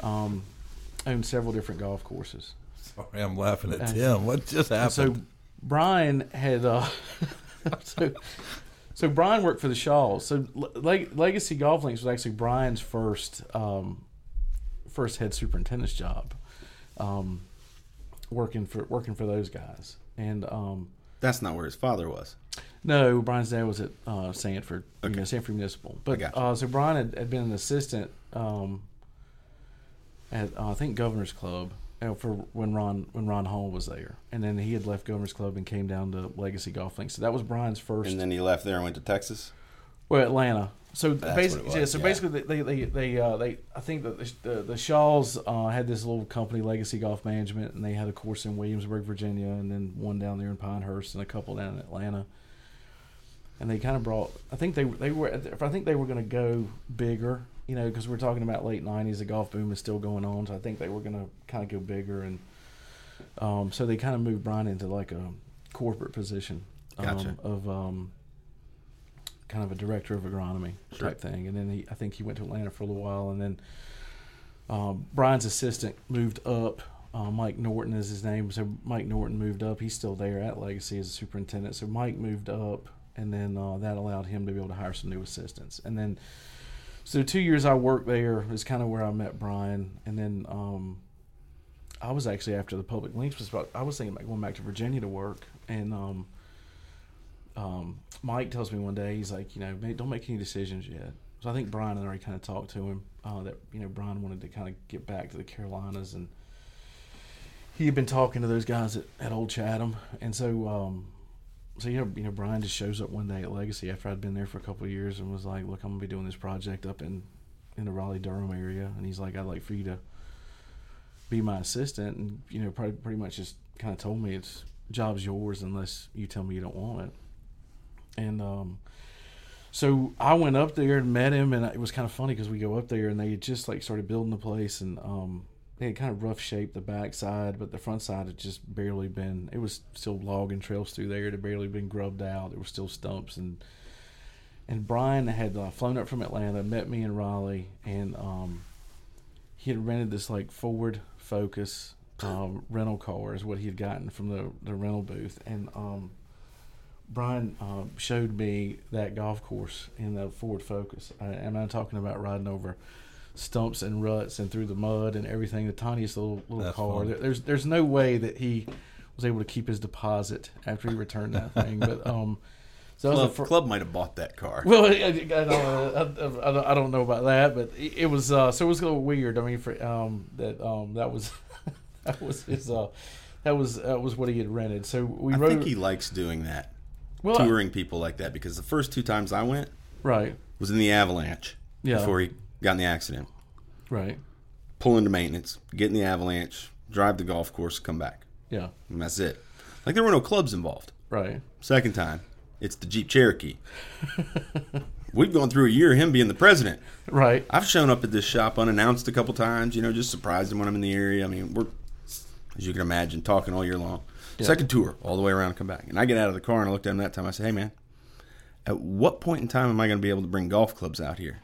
um, owned several different golf courses.
Sorry, I'm laughing at
Uh,
Tim. What just
And so
happened?
Brian had, uh, so, so Brian worked for the Shaws. So Le- Leg- Legacy Golf Links was actually Brian's first, um, first head superintendent's job, um, working for working for those guys. And um,
That's not where his father was.
no, Brian's dad was at uh, Sanford, you know, Sanford Municipal. But
gotcha.
uh, so Brian had, had been an assistant um, at uh, I think Governor's Club uh, for when Ron when Ron Hall was there, and then he had left Governor's Club and came down to Legacy Golf Links. So that was Brian's first.
And then he left there and went to Texas.
Well, Atlanta. So
what it
basically, yeah.
was,
So
yeah.
basically, they they they uh, they I think that the the, the Shaws uh, had this little company, Legacy Golf Management, and they had a course in Williamsburg, Virginia, and then one down there in Pinehurst, and a couple down in Atlanta. And they kind of brought. I think they they were. I think they were going to go bigger, you know, because we're talking about late '90s. The golf boom is still going on, so I think they were going to kind of go bigger, and um, so they kind of moved Brian into like a corporate position um,
Gotcha.
of. Um, kind of a director of agronomy type thing. And then he, I think he went to Atlanta for a little while. And then um, Brian's assistant moved up. Uh, Mike Norton is his name. So Mike Norton moved up. He's still there at Legacy as a superintendent. So Mike moved up, and then uh, that allowed him to be able to hire some new assistants. And then, so two years I worked there is kind of where I met Brian. And then um, I was actually after the public links was about, I was thinking about going back to Virginia to work. And um, um, Mike tells me one day, he's like, you know, "Ma- don't make any decisions yet. So I think Brian had already kind of talked to him uh, that, you know, Brian wanted to kind of get back to the Carolinas. And he had been talking to those guys at, at Old Chatham. And so, um, so you know, you know, Brian just shows up one day at Legacy after I'd been there for a couple of years and was like, "Look, I'm gonna be doing this project up in in the Raleigh Durham area," and he's like, "I'd like for you to be my assistant," and you know, pretty, pretty much just kind of told me it's job's yours unless you tell me you don't want it, and um. So I went up there and met him, and it was kind of funny because we go up there and they had just like started building the place, and um, they had kind of rough shaped the back side, but the front side had just barely been. It was still logging trails through there. It had barely been grubbed out. There were still stumps, and and Brian had uh, flown up from Atlanta, met me in Raleigh, and um, he had rented this like Ford Focus um, rental car is what he had gotten from the the rental booth, and um, Brian uh, showed me that golf course in the Ford Focus. I, and I'm talking about riding over stumps and ruts and through the mud and everything. The tiniest little little
That's
car.
fun.
There, there's there's no way that he was able to keep his deposit after he returned that thing. But um, so that was
Club,
the fir-
club might have bought that car.
well, I, I, don't, know. I, I don't- I don't know about that, but it, it was uh, so it was a little weird. I mean, for um, that um, that was that was his uh, that was that was what he had rented. So we
I
rode
think he likes doing that,
well,
touring people like that, because the first two times I went
right,
was in the avalanche
Yeah.
before he got in the accident.
right,
Pull into maintenance, get in the avalanche, drive the golf course, come back.
yeah,
And that's it. Like there were no clubs involved.
right,
Second time, it's the Jeep Cherokee. We've gone through a year of him being the president.
right,
I've shown up at this shop unannounced a couple times, you know, just surprised him when I'm in the area. I mean, we're, as you can imagine, talking all year long. Second tour, all the way around and come back. And I get out of the car and I looked at him that time. I said, hey, man, at what point in time am I going to be able to bring golf clubs out here?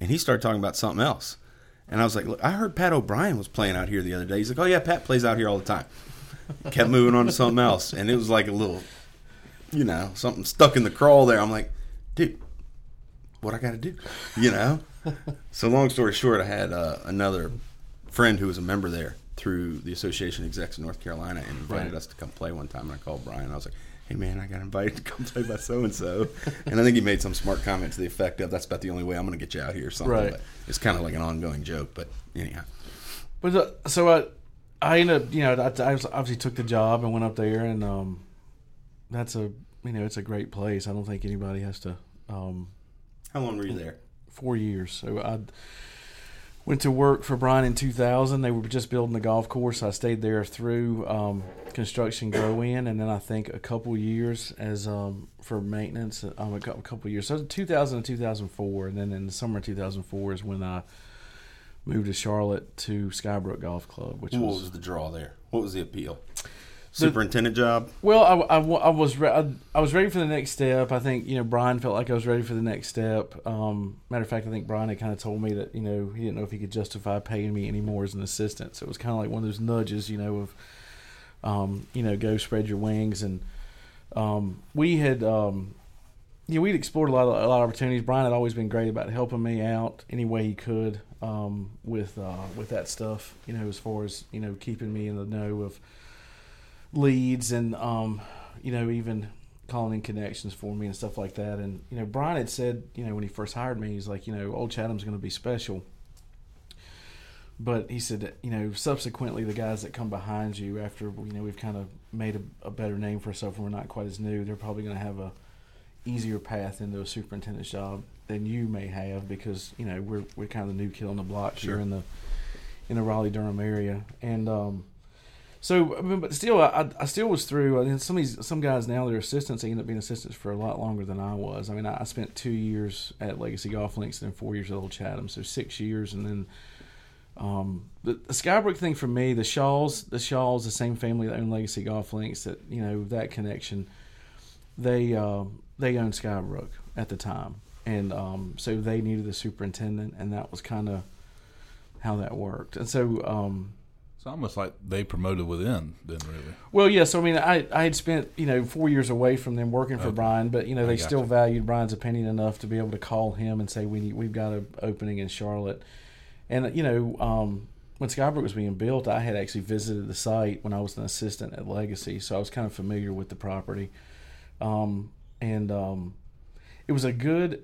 And he started talking about something else. And I was like, look, I heard Pat O'Brien was playing out here the other day. He's like, oh, yeah, Pat plays out here all the time. Kept moving on to something else. And it was like a little, you know, something stuck in the crawl there. I'm like, dude, what I got to do, you know? So long story short, I had uh, another friend who was a member there through the Association of Execs of North Carolina and invited
Right.
us to come play one time. And I called Brian. I was like, "Hey man, I got invited to come play by so and so," and I think he made some smart comment to the effect of, "That's about the only way I'm going to get you out here." Or something.
Right.
But it's kind of like an ongoing joke. But anyhow,
But uh, so I, I ended up, you know, I, I was- obviously took the job and went up there, and um, that's a, you know, it's a great place. I don't think anybody has to. Um,
how long were you there?
four years. So I went to work for Brian in 2000. They were just building the golf course. I stayed there through um, construction go in, and then I think a couple years as um, for maintenance. Um, a cou- a couple years. So 2000 and 2004, and then in the summer of 2004 is when I moved to Charlotte to Skybrook Golf Club, which
What
was
was the draw there? What was the appeal? Superintendent job.
Well, I, I, wa- I was re- I, I was ready for the next step. I think you know Brian felt like I was ready for the next step. Um, matter of fact, I think Brian had kind of told me that you know he didn't know if he could justify paying me anymore as an assistant. So it was kind of like one of those nudges, you know, of um, you know go spread your wings. And um, we had um, yeah, we'd explored a lot of a lot of opportunities. Brian had always been great about helping me out any way he could um, with uh, with that stuff. You know, as far as you know, keeping me in the know of leads and um, you know even calling in connections for me and stuff like that. And you know, Brian had said you know when he first hired me, he's like you know old Chatham's going to be special. But he said that you know subsequently the guys that come behind you after you know we've kind of made a, a better name for ourselves and we're not quite as new, they're probably going to have a easier path into a superintendent's job than you may have because you know we're we're kind of the new kid on the block here in the in the Raleigh Durham area, and um, so I mean, but still I, I still was through. I mean, some of these some guys now they're assistants they end up being assistants for a lot longer than I was. I mean I, I spent two years at Legacy Golf Links and then four years at Old Chatham, so six years, and then. Um, the, the Skybrook thing for me, the Shaws, the Shaws, the same family that own Legacy Golf Links, that you know that connection they uh, they owned Skybrook at the time, and um, so they needed a superintendent, and that was kind of how that worked. And so, um,
It's almost like they promoted within, then, really.
well, yeah. So I mean, I I had spent you know four years away from them working for Brian, but you know they
gotcha.
still valued Brian's opinion enough to be able to call him and say we need, we've got an opening in Charlotte, and you know. Um, when Skybrook was being built, I had actually visited the site when I was an assistant at Legacy, so I was kind of familiar with the property. um, and um, it was a good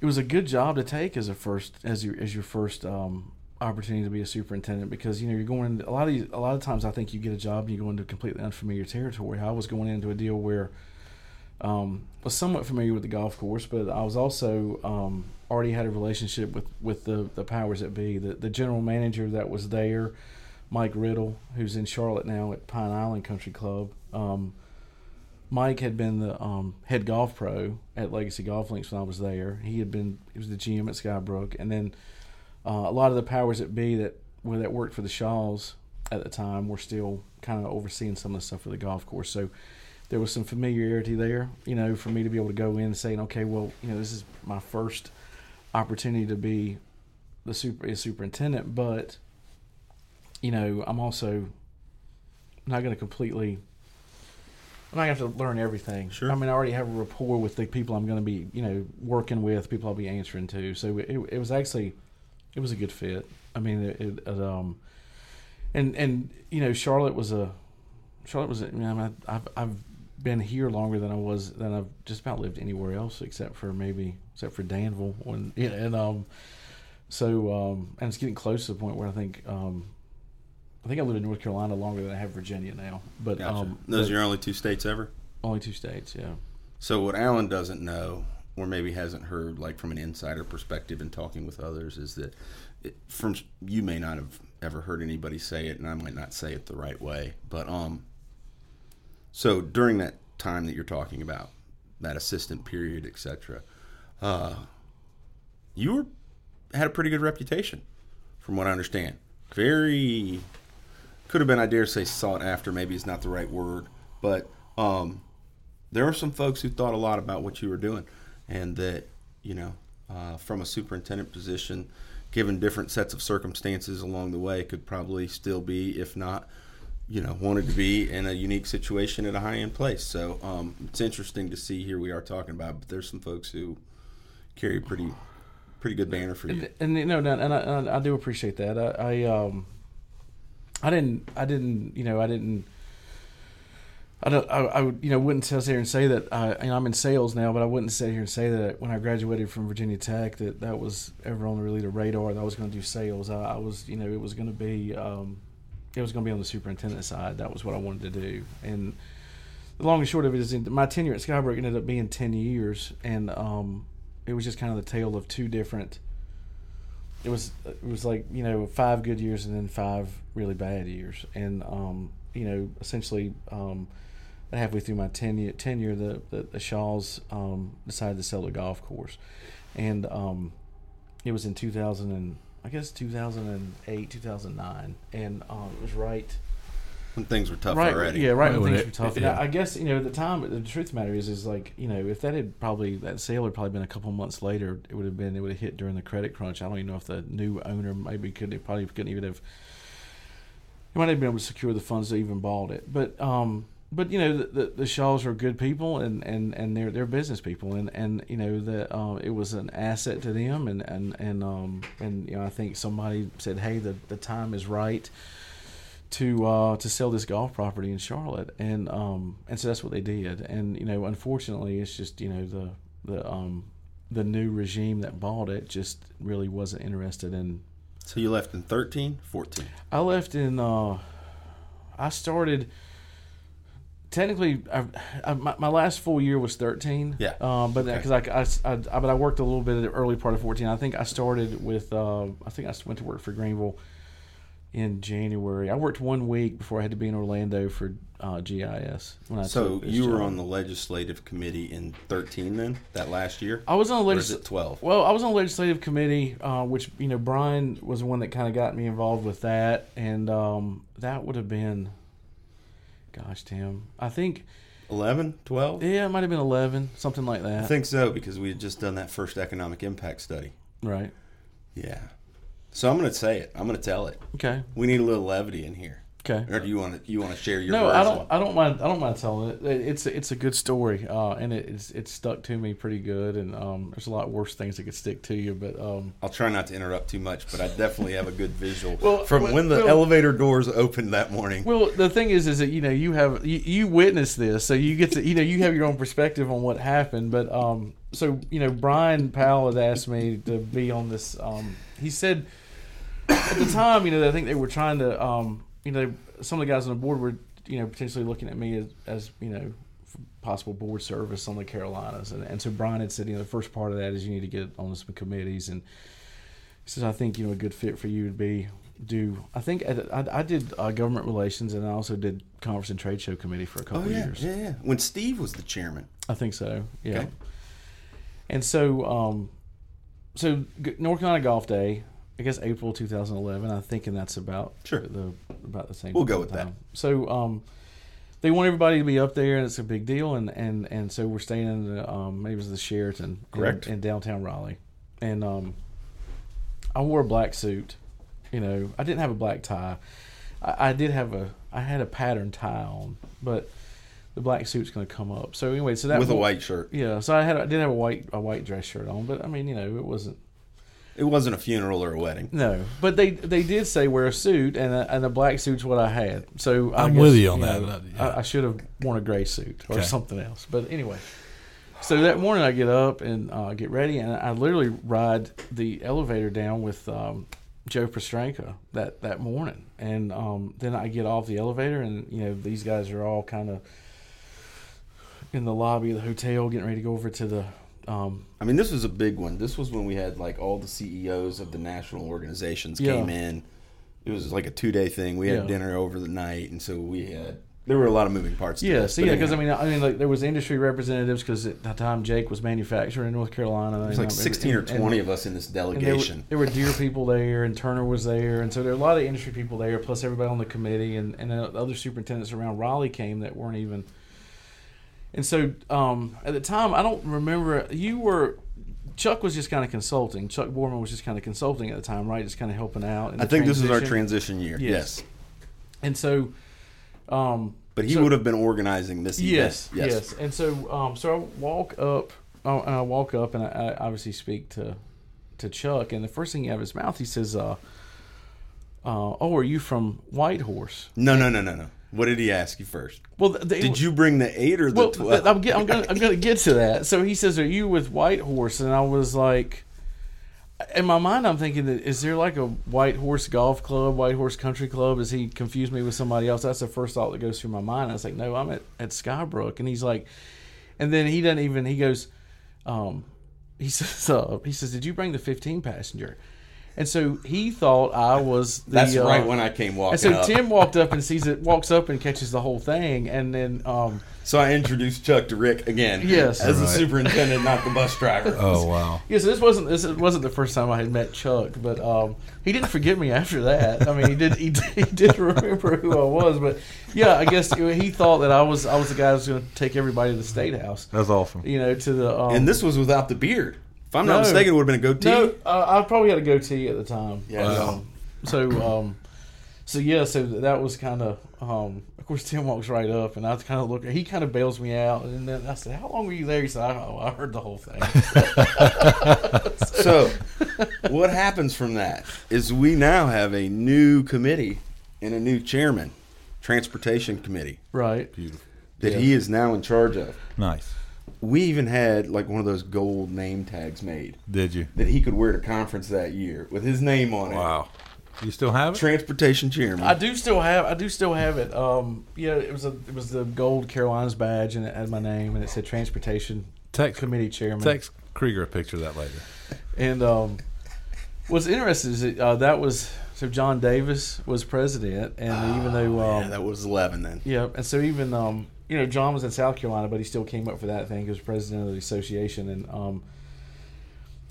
it was a good job to take as a first as your as your first um, opportunity to be a superintendent because you know you're going a lot of these, a lot of times I think you get a job and you go into completely unfamiliar territory. I was going into a deal where um, was somewhat familiar with the golf course, but I was also um, already had a relationship with with the the powers that be. The the general manager that was there, Mike Riddle, who's in Charlotte now at Pine Island Country Club. Um, Mike had been the um, head golf pro at Legacy Golf Links when I was there. He had been he was the GM at Skybrook, and then uh, a lot of the powers that be that where that worked for the Shaws at the time were still kind of overseeing some of the stuff for the golf course. So there was some familiarity there, you know, for me to be able to go in and saying, okay, well, you know, this is my first opportunity to be the super a superintendent, but you know, I'm also not going to completely I'm not going to have to learn everything. Sure. I mean, I already have a rapport with the people I'm going to be, you know, working with, people I'll be answering to. So it, it was actually, it was a good fit. I mean, it, it, it, um, and and you know, Charlotte was a, Charlotte was. a- I mean, I'm- I've I've been here longer than I was than I've just about lived anywhere else except for maybe except for Danville when yeah, and um, so um, and it's getting close to the point where I think um, I think I lived in North Carolina longer than I have Virginia now, but
Gotcha.
um,
Those are your only two states ever.
only two states, yeah.
So what Alan doesn't know, or maybe hasn't heard, like from an insider perspective and talking with others, is that it, from you may not have ever heard anybody say it, and I might not say it the right way, but um. So during that time that you're talking about, that assistant period, etc., uh, you were had a pretty good reputation, from what I understand. Very could have been, I dare say, sought after. Maybe is not the right word, but um, there were some folks who thought a lot about what you were doing and that you know uh, from a superintendent position given different sets of circumstances along the way could probably still be if not you know wanted to be in a unique situation at a high end place so um, it's interesting to see here we are talking about it, but there's some folks who carry a pretty pretty good banner for you
And you know, and, and, I, and I do appreciate that. I, I um, I didn't, I didn't, you know, I didn't. I don't, I, I would, you know, wouldn't sit here and say that I, and I'm in sales now, but I wouldn't sit here and say that when I graduated from Virginia Tech that that was ever on really the radar that I was going to do sales. I, I was, you know, it was going to be, um, it was going to be on the superintendent side. That was what I wanted to do. And the long and short of it is, in- my tenure at Skybrook ended up being ten years, and um, it was just kind of the tale of two different it was it was like you know five good years and then five really bad years and um you know essentially um halfway through my tenure tenure the the, the Shaws um decided to sell the golf course and um it was in 2000 and I guess 2008 2009 and um it was right
when things were tough
right
already
yeah right
Right,
when
when
things
it-
were tough
it-
And I-
yeah.
I guess you know at the time the truth of the matter is is like you know if that had probably that sale had probably been a couple months later it would have been it would have hit during the credit crunch I don't even know if the new owner maybe could they probably couldn't even have he might not have been able to secure the funds to even bought it but um but you know the, the, the Shaws are good people and, and, and they're they're business people and, and you know that um, it was an asset to them and and and um, and you know I think somebody said hey the, the time is right to uh, to sell this golf property in Charlotte and um, and so that's what they did and you know unfortunately it's just you know the the um, the new regime that bought it just really wasn't interested in
So you left in 13, 14.
I left in. Uh, I started. Technically, I, I, my, my last full year was thirteen.
Yeah.
Um, but because I, I, I- but I worked a little bit at the early part of fourteen. I think I started with. Uh, I think I went to work for Greenville in January. I worked one week before I had to be in Orlando for uh, GIS. When I
So
took this
you were
job.
on the legislative committee in 13 then, that last year?
I was on the
Or is
legis-
it 12?
Well, I was on the legislative committee, uh, which you know Brian was the one that kind of got me involved with that, and um, that would have been, gosh, Tim, I think
11, 12?
yeah, it might have been eleven, something like that,
I think so because we had just done that first economic impact study.
right?
Yeah. So I'm going to say it. I'm going to tell it.
Okay,
We need a little levity in here.
okay.
Or do you want to you want to share your
No,
version?
I don't. I don't mind. I don't mind telling it. It- It's it's a good story, uh, and it, it's it's stuck to me pretty good. And um, there's a lot worse things that could stick to you, but um,
I'll try not to interrupt too much, but I definitely have a good visual
Well,
from
well,
when the
well-
elevator doors opened that morning.
Well, the thing is, is that you know you have you, you witnessed this, so you get to you know you have your own perspective on what happened. But um, so you know Brian Powell had asked me to be on this. Um, he said at the time, you know, I think they were trying to, um, you know, some of the guys on the board were, you know, potentially looking at me as, as you know, for possible board service on the Carolinas, and and so Brian had said, you know, the first part of that is you need to get on some committees and. He says, I think you know a good fit for you would be do. I think at- I, I did uh, government relations and I also did conference and trade show committee for a couple
oh yeah,
years.
yeah, yeah. When Steve was the chairman.
I think so. Yeah.
Okay.
And so, um, so G- North Carolina Golf Day, I guess April 2011. I'm thinking that's about
Sure.
the about the same.
We'll go with
time.
that.
So, um, they want everybody to be up there, and it's a big deal. And and and so we're staying in the um, maybe it was the Sheraton,
Correct.
in, in downtown Raleigh, and um, I wore a black suit. You know, I didn't have a black tie. I, I did have a I had a pattern tie on, but the black suit's going to come up. So anyway, so that
With a
wa-
white shirt.
yeah, so I had I did have a white a white dress shirt on, but I mean, you know, it wasn't
It wasn't a funeral or a wedding.
no. But they they did say wear a suit, and a, and a black suit's what I had. So I
I'm
guess,
with you on that, that- yeah.
I, I should have worn a gray suit or
Okay.
something else. But anyway, so that morning I get up and uh, get ready, and I literally ride the elevator down with um, Joe Prostranka that that morning, and um, then I get off the elevator, and you know these guys are all kind of in the lobby of the hotel getting ready to go over to the. Um,
I mean, this was a big one. This was when we had like all the CEOs of the national organizations
Yeah.
came in. It was like a two day thing. We had
Yeah.
dinner over the night, and so we had. There were a lot of moving parts. To
Yeah,
this,
so
but
yeah, because I
anyhow.
mean, I mean, like there was industry representatives because at that time Jake was manufacturing in North Carolina.
there's like sixteen or twenty of us in this delegation.
There were, there were deer people there, and Turner was there, and so there were a lot of industry people there, plus everybody on the committee, and and then other superintendents around Raleigh came that weren't even. And so um, at the time, I don't remember. You were Chuck was just kind of consulting. Chuck Borman was just kind of consulting at the time, right? Just kind of helping out. in
I
the
think this is our
transition.
transition year.
Yes.
Yes,
And so, um,
but he
So-
would have been organizing this. event.
Yes, yes, And so, um, so I walk up, oh, and I walk up, and I, I obviously speak to to Chuck, and the first thing out of his mouth, he says, uh, uh, "Oh, are you from Whitehorse?"
No, no, no, no, no. What did he ask you first?
Well, th- they,
Did you bring the eight or the
Well,
twelve?
th- I'm, get, I'm gonna I'm gonna get to that. So he says, "Are you with Whitehorse?" And I was like. In my mind, I'm thinking that is there like a White Horse Golf Club, White Horse Country Club? Is he confused me with somebody else? That's the first thought that goes through my mind. I was like, no, I'm at, at Skybrook, and he's like, and then he doesn't even. He goes, um, he says, uh, he says, did you bring the 15 passenger? And so he thought I was. The,
That's
uh,
right when I came walking
And so
up.
Tim walked up and sees it, walks up and catches the whole thing, and then um,
So I introduced Chuck to Rick again.
Yes.
as the
Right.
superintendent, not the bus driver.
Oh wow.
Yeah, so this wasn't this wasn't the first time I had met Chuck, but um, he didn't forget me after that. I mean, he did he did, he did remember who I was, but yeah, I guess he thought that I was I was the guy who was going to take everybody to the state house,
That's awesome.
you know, to the um,
And this was without the beard. If I'm
No.
not mistaken, it would have been a goatee.
no, uh, I probably had a goatee at the time.
Yeah.
Um, so um, so yeah, so that was kind of Um, of course, Tim walks right up, and I kind of look. He kind of bails me out, and then I said, "How long were you there?" He said, "I, oh, I heard the whole thing."
So, what happens from that is we now have a new committee and a new chairman, transportation committee,
right.
that he is now in charge of.
Nice.
We even had like one of those gold name tags made
Did you?
that he could wear to conference that year with his name on it.
Wow. You still have it?
Transportation chairman.
I do still have. I do still have it. Um, yeah, it was a it was the gold Carolinas badge, and it had my name, and it said transportation
Text-
committee chairman.
Text Krieger a picture of that later.
And um, what's interesting is that, uh, that was so John Davis was president, and even though um,
yeah, that was 11 then.
Yeah, and so even um, you know, John was in South Carolina, but he still came up for that thing. He was president of the association, and um,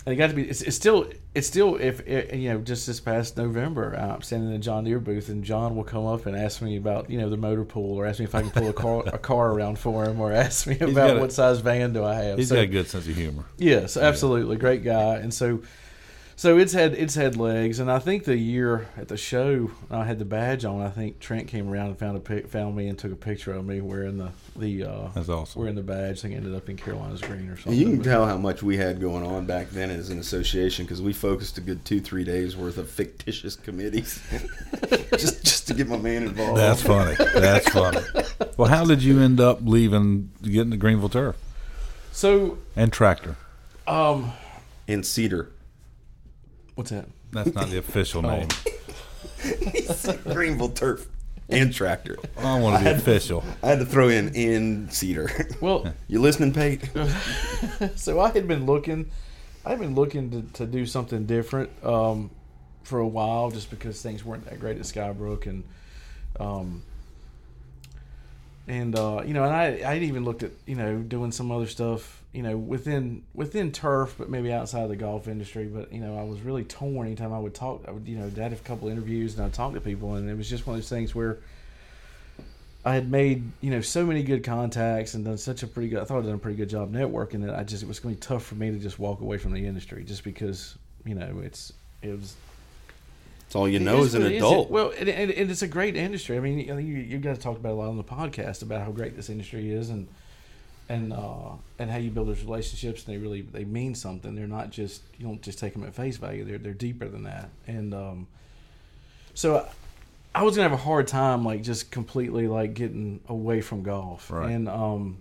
and it got to be. It's, it's still, it's still. If it, you know, just this past November, I'm standing in a John Deere booth, and John will come up and ask me about you know the motor pool, or ask me if I can pull a car a car around for him, or ask me
got
about
a-
what size van do I have.
He's
So-
got a good sense of humor.
Yes, absolutely, great guy, and so. So it's had it's had legs, and I think the year at the show I had the badge on. I think Trent came around and found a pic, found me and took a picture of me wearing the the uh,
That's awesome.
wearing the badge. I think it ended up in Carolina's green or
And
something.
you can
but-
tell how much we had going on back then as an association because we focused a good two, three days worth of fictitious committees just just to get my man involved.
That's funny. That's funny. Well, how did you end up leaving, getting the Greenville turf
so
and tractor?
um,
and Cedar.
what's that?
That's not the official name.
Greenville turf and tractor.
I don't want to be official.
I had to throw in in Cedar.
Well,
you listening, Pate?
so I had been looking, I've been looking to, to do something different um, for a while, just because things weren't that great at Skybrook, and um, and uh, you know, and I I'd even looked at you know doing some other stuff, you know, within within turf, but maybe outside of the golf industry. But you know, I was really torn. Anytime I would talk, I would you know, I'd have a couple interviews, and I would talk to people, and it was just one of those things where. I had made you know so many good contacts and done such a pretty good. I thought I'd done a pretty good job networking that I just it was going to be tough for me to just walk away from the industry just because you know it's it was.
It's all you
it
know
is
as an
what it is.
adult.
It- well, and, and, and it's a great industry. I mean, you, you you guys talked about it a lot on the podcast about how great this industry is and and uh, and how you build those relationships and they really they mean something. They're not just you don't just take them at face value. They're they're deeper than that. And um, so I, I was gonna have a hard time like just completely like getting away from golf.
Right.
And um,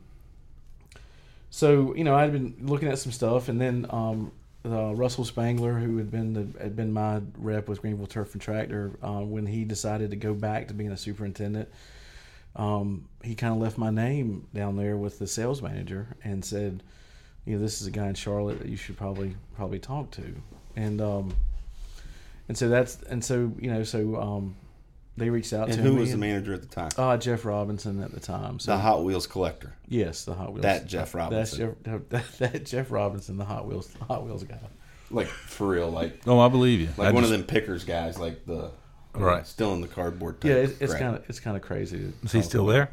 so you know I'd been looking at some stuff and then um, uh, Russell Spangler who had been the, had been my rep with Greenville Turf and Tractor uh, when he decided to go back to being a superintendent um, he kind of left my name down there with the sales manager and said, you know, this is a guy in Charlotte that you should probably probably talk to, and um, and so that's and so you know so um, they reached out
and
to
who
me
was the
and-
manager at the time?
Uh, Jeff Robinson at the time. So
the Hot Wheels collector.
yes, the Hot Wheels.
That Jeff
That's
Robinson.
Jeff. That, that Jeff Robinson, the Hot Wheels, Hot Wheels guy.
Like for real, like
Oh, I believe you.
like
I
one of
just-
them pickers guys, like the
Right.
still in the cardboard. Type
Yeah, it, it's
crap.
kind of it's kind of crazy.
Is he still there?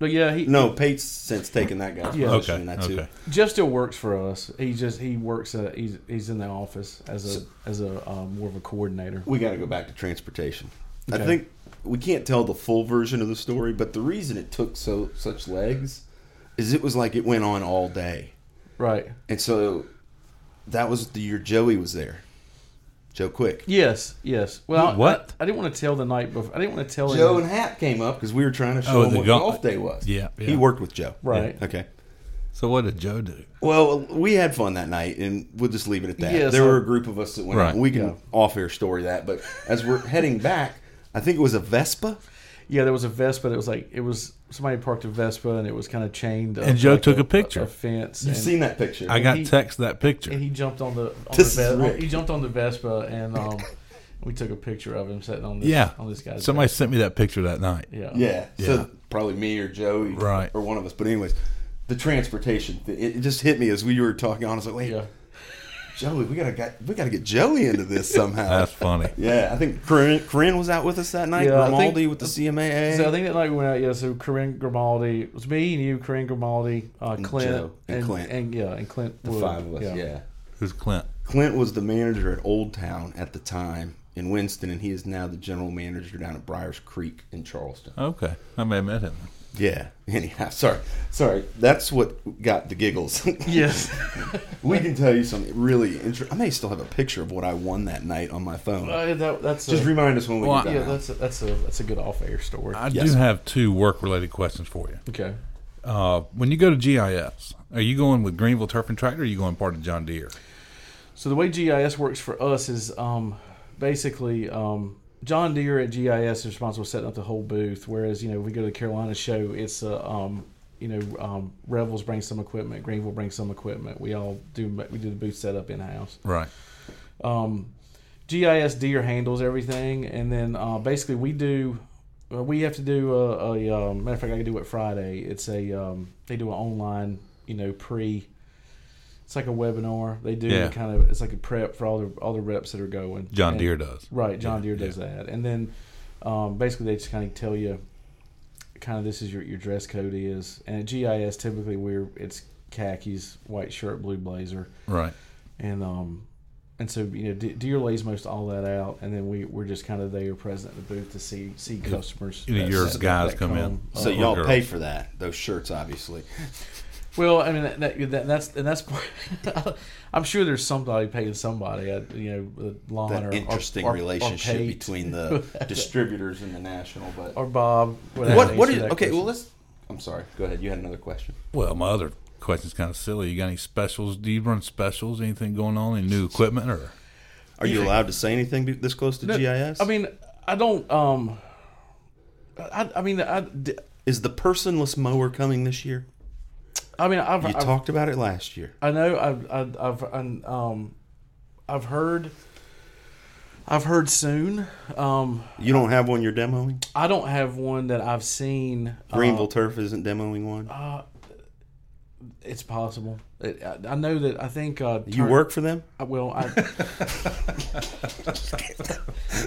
But yeah, he
no. Pate's since taken that guy's
Yeah.
position
Okay.
in that too.
Okay.
Jeff still works for us. He just he works. uh he's he's in the office as a as a um, more of a coordinator.
We got to go back to transportation. I
Okay.
think we can't tell the full version of the story, but the reason it took so such legs is it was like it went on all day,
Right.
and so that was the year Joey was there. Joe Quick.
Yes, yes. Well,
What?
I, I didn't want to tell the night before. I didn't want to tell
Joe
him.
and Hap came up because we were trying to show
Oh,
him
the
what
gol-
golf day was.
Yeah, yeah.
he worked with Joe.
Right.
Okay.
So what did Joe do?
Well, we had fun that night, and we'll just leave it at that.
Yeah,
there
so-
were a group of us that went.
Right.
out. We can
Yeah.
off-air story that, but as we're heading back, I think it was a Vespa.
Yeah, there was a Vespa that was like it was somebody parked a Vespa and it was kind of chained. Up
And Joe
like
took a picture.
A, fence.
You've
and,
seen that picture.
I got
he-
text that picture.
And he jumped on the on
This is
the Vespa.
Rick.
He jumped on the Vespa and um, we took a picture of him sitting on this
yeah.
on this guy's.
Somebody sent me that picture that night.
Vespa. Yeah.
Yeah.
Yeah.
So probably me or Joey,
Right.
or one of us. But anyways, the transportation. thi- It it just hit me as we were talking. I was like, wait,
Yeah.
Joey, we gotta get we gotta get Joey into this somehow.
That's funny.
yeah, I think Corinne, Corinne was out with us that night.
Yeah, I
Romaldi
think-
with the CMAA.
So I think that night we went out. Yeah. So Corinne Grimaldi it was me and you, Corinne Grimaldi, uh, Clint,
Joe and Clint.
and yeah, and Clint.
the
Wood.
five of us. Yeah.
Who's Clint?
Clint was the manager at Old Town at the time, in Winston, and he is now the general manager down at Briars Creek in Charleston.
Okay, I may have met him.
Yeah. Anyhow, sorry, sorry. That's what got the giggles.
Yes.
we can tell you something really interesting. I may still have a picture of what I won that night on my phone.
Uh, that, that's
Just
a,
remind us when we
Well,
get
yeah,
done.
that's a, that's a that's a good off air story.
I
Yes.
do have two work related questions for you.
okay.
Uh, when you go to GIS, are you going with Greenville Turf and Tractor? Or are you going part of John Deere?
So the way GIS works for us is um, basically um, John Deere at GIS is responsible for setting up the whole booth, whereas you know if we go to the Carolina show, it's a um, you know um, Revels brings some equipment, Greenville brings some equipment. We all do we do the booth setup in house.
Right.
um, GIS Deer handles everything, and then uh, basically we do. Uh, we have to do a, a um, matter of fact. I can do it Friday. It's a um, they do an online, you know, pre. It's like a webinar. They do
Yeah.
kind of it's like a prep for all the all the reps that are going.
John
And-
Deere does.
Right, John Deere does that, and then um, basically they just kind of tell you, kind of this is your your dress code is, and at GIS typically we're it's khakis, white shirt, blue blazer,
Right.
and um and so you know De- deer lays most all that out and then we we're just kind of there present at the booth to see see customers
You know,
that-
your
that-
guys
that
come in.
uh,
so
Oh,
y'all
girl.
pay for that. Those shirts, obviously.
well i mean that, that, that that's and that's i'm sure there's somebody paying somebody uh, you know uh, lawn
That
or or-
interesting
or- or
relationship
Pate
between the distributors and the national. But
or bob whatever
what? What
answer
is?
that
Okay. Well,
question.
let's. I'm sorry. Go ahead. You had another question.
Well, my other question's kind of silly. You got any specials? Do you run specials? Anything going on? Any new equipment or?
Are you allowed to say anything be- this close to GIS?
i mean i don't um i, I mean i d-
is the personless mower coming this year?
I mean, I've,
You
I've
talked about it last year.
I know I've I've, I've and, um I've heard I've heard soon. Um,
You don't have one you're demoing.
I don't have one that I've seen. Uh,
Greenville Turf isn't demoing one.
it's possible. It, I, I know that I think uh,
you
Turn-
work for them?
I- Well, I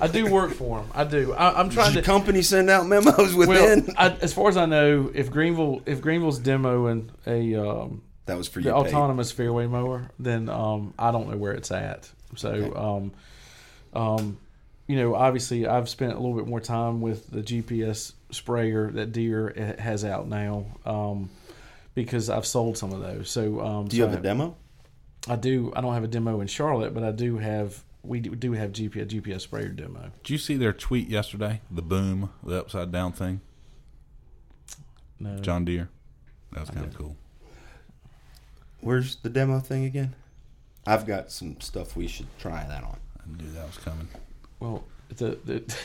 I do work for them. I do. I, I'm trying
Does your
to.
company send out memos
Well,
within?
I, as far as I know, if Greenville if Greenville's demoing a um,
that was for you.
the
Pete.
autonomous fairway mower, then um, I don't know where it's at. So, um, um, you know, obviously, I've spent a little bit more time with the GPS sprayer that Deer ha- has out now um, because I've sold some of those. So, um,
Do you
so
have a
I-
demo?
I do. I don't have a demo in Charlotte, but I do have. We do do have GPS GPS sprayer demo.
Did you see their tweet yesterday? The boom, the upside down thing.
No.
John Deere. That was kind of cool.
Where's the demo thing again? I've got some stuff we should try that on.
I knew that was coming.
Well, the, the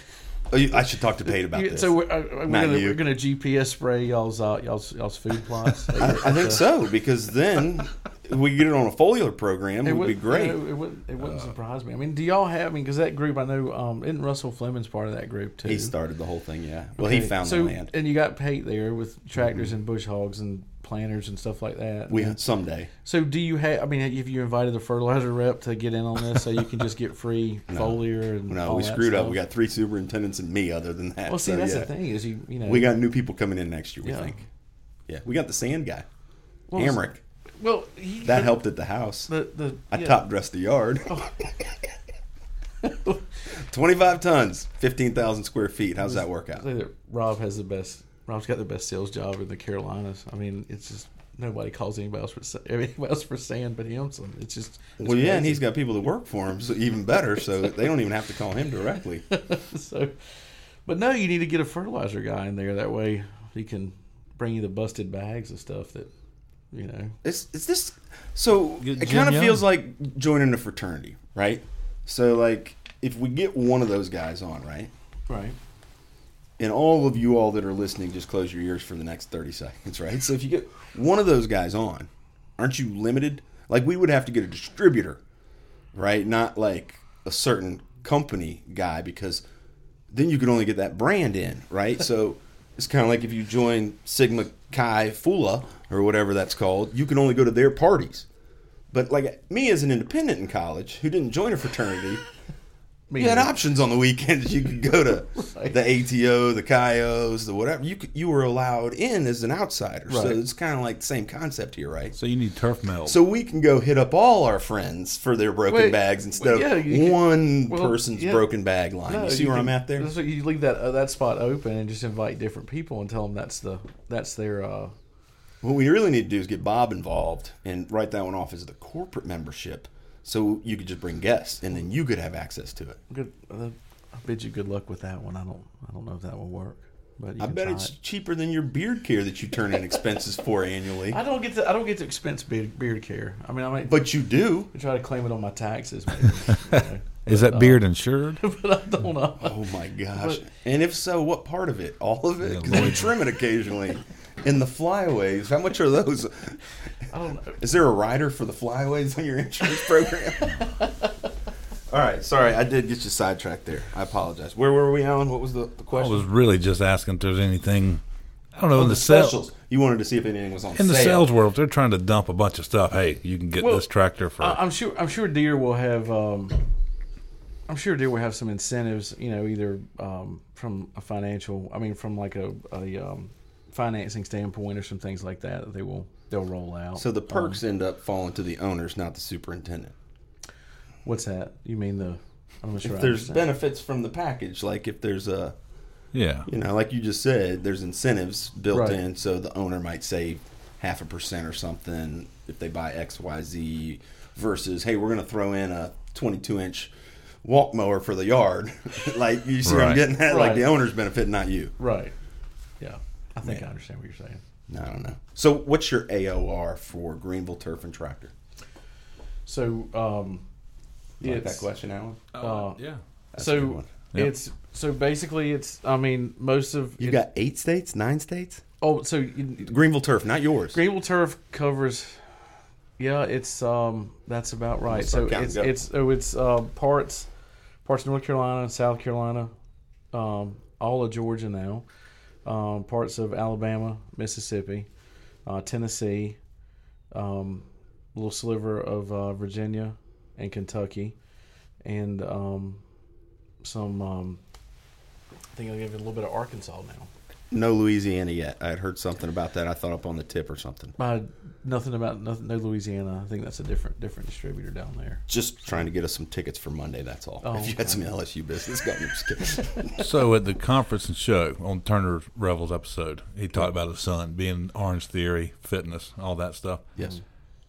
Oh, you, I should talk to Pate about
you-
this.
so we're, uh, we're,
Not
gonna,
you.
we're gonna GPS spray y'all's uh, y'all's y'all's food plots.
I think so because then if we get it on a foliar program. It would be
wouldn't-
great. Uh,
yeah, it wouldn't, it wouldn't surprise me. I mean, do y'all have? I mean, because that group, I know, um, isn't Russell Fleming's part of that group too?
he started the whole thing. Yeah. Well, he
Okay,
found
so,
the land. Mm-hmm.
and you got Pate there with tractors and bush hogs and planters and stuff like that.
We someday.
so do you have? I mean, have you invited the fertilizer rep to get in on this so you can just get free foliar and
No,
all
we
that
screwed up.
stuff?
We got three superintendents and me. Other than that,
Well, see,
so,
that's
yeah.
the thing is you you know
We got new people coming in next year. We
Yeah.
think. Yeah, we got the sand guy,
well,
Hamrick.
Well, he,
That
the-
helped at the house.
The the
I
yeah.
top dressed the yard. 25 tons, 15,000 square feet. How's that work
I
out?
say that Rob has the best. Rob's got the best sales job in the Carolinas. I mean, it's just nobody calls anybody else for sa- anybody else for sand but him. So it's just it's
Well, yeah, and he's
crazy.
got people that work for him, so even better. So they don't even have to call him directly.
so. But no, you need to get a fertilizer guy in there. That way he can bring you the busted bags of stuff that you know.
It's, it's this. So
Get
it
Jim
kind of
Young.
feels like joining a fraternity, right? So, like, if we get one of those guys on, right?
Right.
and all of you all that are listening, just close your ears for the next 30 seconds, right? So if you get one of those guys on, aren't you limited? Like we would have to get a distributor, right? Not like a certain company guy because then you could only get that brand in, right? So it's kind of like if you join Sigma Chi Fula or whatever that's called, you can only go to their parties. But like me as an independent in college who didn't join a fraternity,
meter.
You had options on the weekends. You could go to the ATO, the Cayos, the whatever. You could, you were allowed in as an outsider. So
Right.
it's kind of like the same concept here, right?
So you need turf meld.
So we can go hit up all our friends for their broken
Wait,
bags instead
yeah,
of
you could-
one
well,
person's
yeah.
broken bag line.
No,
you see where
can-
I'm at there?
that's what- you leave that uh, that spot open and just invite different people and tell them that's the that's their. Uh,
What we really need to do is get Bob involved and write that one off as the corporate membership, so you could just bring guests and then you could have access to it.
good. Uh, I bid you good luck with that one. I don't I don't know if that will work, but you
I
can
bet
try
it's
it.
cheaper than your beard care that you turn in expenses for annually.
I don't get to I don't get to expense beard, beard care. I mean I might
But you do.
try to claim it on my taxes. Maybe,
Is
uh,
that beard insured?
but I don't know.
Oh my gosh! and if so, what part of it? All of it? 'Cause I
Lloyd.
trim it occasionally. And the flyaways. How much are those?
I don't know.
Is there a rider for the flyaways on your insurance program? All right. Sorry, I did get you sidetracked there. I apologize. Where were we, Alan? What was the, the
I
question?
Oh, was really just asking if there's anything. I don't know
Oh,
in
the
the sales.
specials. You wanted to see if anything was on
In the
sale.
sales world, if they're trying to dump a bunch of stuff. Hey, you can get
Well,
this tractor for.
uh,
I- I'm sure. I'm sure Deer will have. Um, I'm sure Deer will have some incentives. You know, either um, from a financial. I mean, from like a, a um, financing standpoint or some things like that. that They will. They'll roll out.
So the
Oh.
perks end up falling to the owners, not the superintendent.
what's that? You mean the? I'm not sure. I
If there's
understand.
benefits from the package, like if there's a
yeah.
you know, like you just said, there's incentives built
Right.
in, so the owner might save half a percent or something if they buy X, Y, Z. Versus, hey, we're going to throw in a 22 inch walk mower for the yard. like you see, what I'm
Right.
getting at like
Right.
the owner's benefit, not you.
right. Yeah, I think I understand what you're saying.
No, I don't know. So, what's your AOR for Greenville Turf and Tractor?
So, um,
You like
it's-
that question, Alan?
uh,
Oh, yeah.
a good
so
one.
Yep.
it's so basically it's. I mean, most of
You
it-
got eight states, nine states.
Oh, so you,
Greenville Turf, not yours.
Greenville turf covers. Yeah, it's um that's about right. So
start counting,
it's
go.
it's so it's uh, parts parts of North Carolina, South Carolina, um, all of Georgia now, um, parts of Alabama, Mississippi, uh, Tennessee, um, a little sliver of uh, Virginia and Kentucky, and um, some. Um, I think I'll give it a little bit of Arkansas now.
No Louisiana yet. I had heard something about that. I thought up on the tip or something.
Uh, nothing about nothing. No Louisiana. I think that's a different different distributor down there.
Just trying to get us some tickets for Monday. That's all.
Oh,
if you
okay.
had some LSU business, got me just kidding.
So at the conference and show on Turner Revel's episode, he talked about his son being Orange Theory, fitness, all that stuff.
Yes.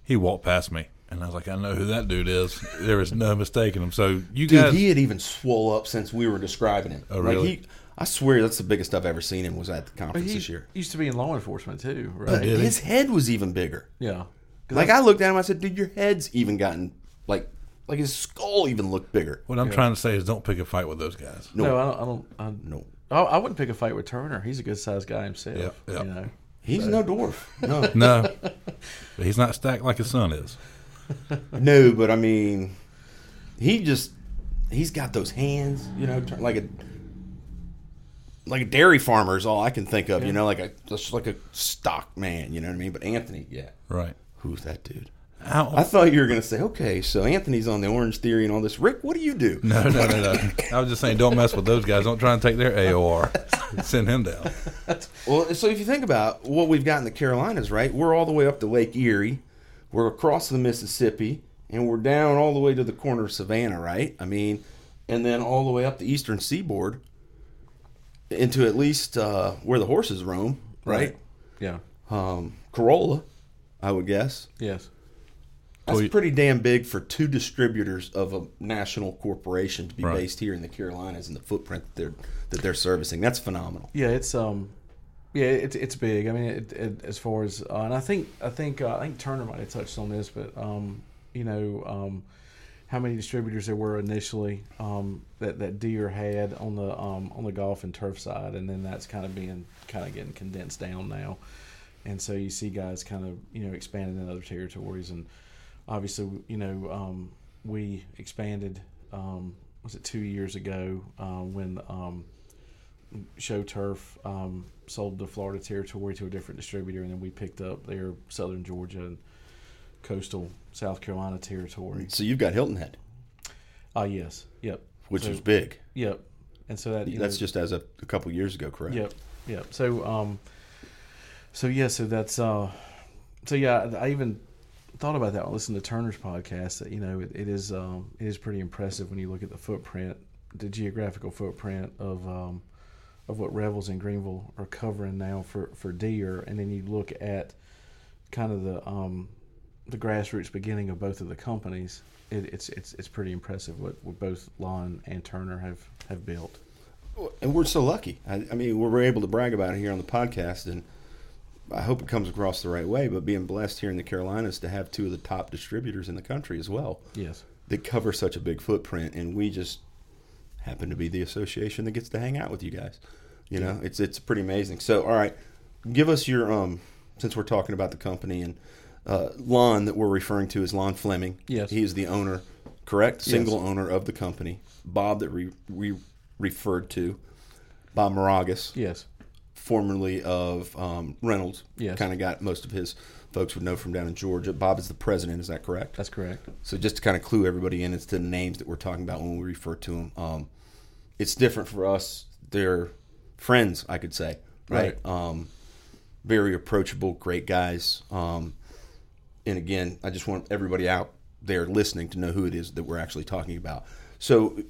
He walked past me, and I was like, I know who that dude is. There is no mistaking him. So you
Dude,
guys,
he had even swole up since we were describing him.
Oh, really?
Like he, I swear that's the biggest I've ever seen him was at the conference
He
this year.
used to be in law enforcement too,
But
right?
did he?
his head was even bigger.
Yeah. 'Cause
Like I looked at him, I said, "Dude, your head's even gotten like like his skull even looked bigger."
what I'm trying to say is don't pick a fight with those guys.
I- no, I don't. I don't. I,
No,
I, I wouldn't pick a fight with Turner. He's a good sized guy himself.
Yeah, yeah.
You know.
he's no dwarf. No,
No, but he's not stacked like his son is.
no, but I mean, he just he's got those hands, you know, turn- like a like a dairy farmer is all I can think of, you know, like a just like a stock man, you know what I mean? But Anthony, yeah,
Right.
who's that dude?
How,
I thought you were going to say, okay, so Anthony's on the Orange Theory and all this. Rick, what do you do?
no, no, no, no. I was just saying, don't mess with those guys. Don't try and take their AOR. Send him down.
Well, so if you think about what we've got in the Carolinas, right? We're all the way up to Lake Erie, we're across the Mississippi, and we're down all the way to the corner of Savannah, right? I mean, and then all the way up the eastern seaboard into at least uh, where the horses roam, right?
Yeah.
Um, Corolla, I would guess.
Yes.
That's
Well, you-
pretty damn big for two distributors of a national corporation to be
Right.
based here in the Carolinas and the footprint that they're that they're servicing. That's phenomenal.
Yeah. It's um. Yeah, it's it's big. I mean, it, it, as far as uh, and I think I think uh, I think Turner might have touched on this, but um, you know, um, how many distributors there were initially um, that that Deer had on the um, on the golf and turf side, and then that's kind of being kind of getting condensed down now, and so you see guys kind of you know expanding in other territories, and obviously you know um, we expanded um, was it two years ago uh, when um, Show Turf um, sold the Florida territory to a different distributor, and then we picked up their Southern Georgia and coastal South Carolina territory.
Mm. So you've got Hilton Head.
Ah, yes. Yep.
which
So-
was big.
Yep. And so that you
That's
know,
just as of a couple years ago, correct?
Yep. Yep. So um so yeah, so that's uh so yeah, I I even thought about that when I listened to Turner's podcast that you know it, it is um it is pretty impressive when you look at the footprint, the geographical footprint of um of what rebels in Greenville are covering now for for deer and then you look at kind of the um the grassroots beginning of both of the companies. It, it's it's it's pretty impressive what, what both Lon and Turner have have built.
And we're so lucky. I, I mean, we're able to brag about it here on the podcast, and I hope it comes across the right way. But being blessed here in the Carolinas to have two of the top distributors in the country as well
Yes.
that cover such a big footprint, and we just happen to be the association that gets to hang out with you guys. You know, it's it's pretty amazing. So, all right, give us your um. Since we're talking about the company and uh, Lon that we're referring to is Lon Fleming.
Yes.
he is the owner, correct? Single owner of the company. Bob that we we referred to, Bob Moragas
Yes.
formerly of um, Reynolds.
Yes.
Kind of got most of his folks would know from down in Georgia. Bob is the president, is that correct?
That's correct.
So just to kind of clue everybody in, it's the names that we're talking about when we refer to them. Um, it's different for us. They're friends, I could say, right?
Right.
Um, very approachable, great guys. Um, and again, I just want everybody out there listening to know who it is that we're actually talking about. So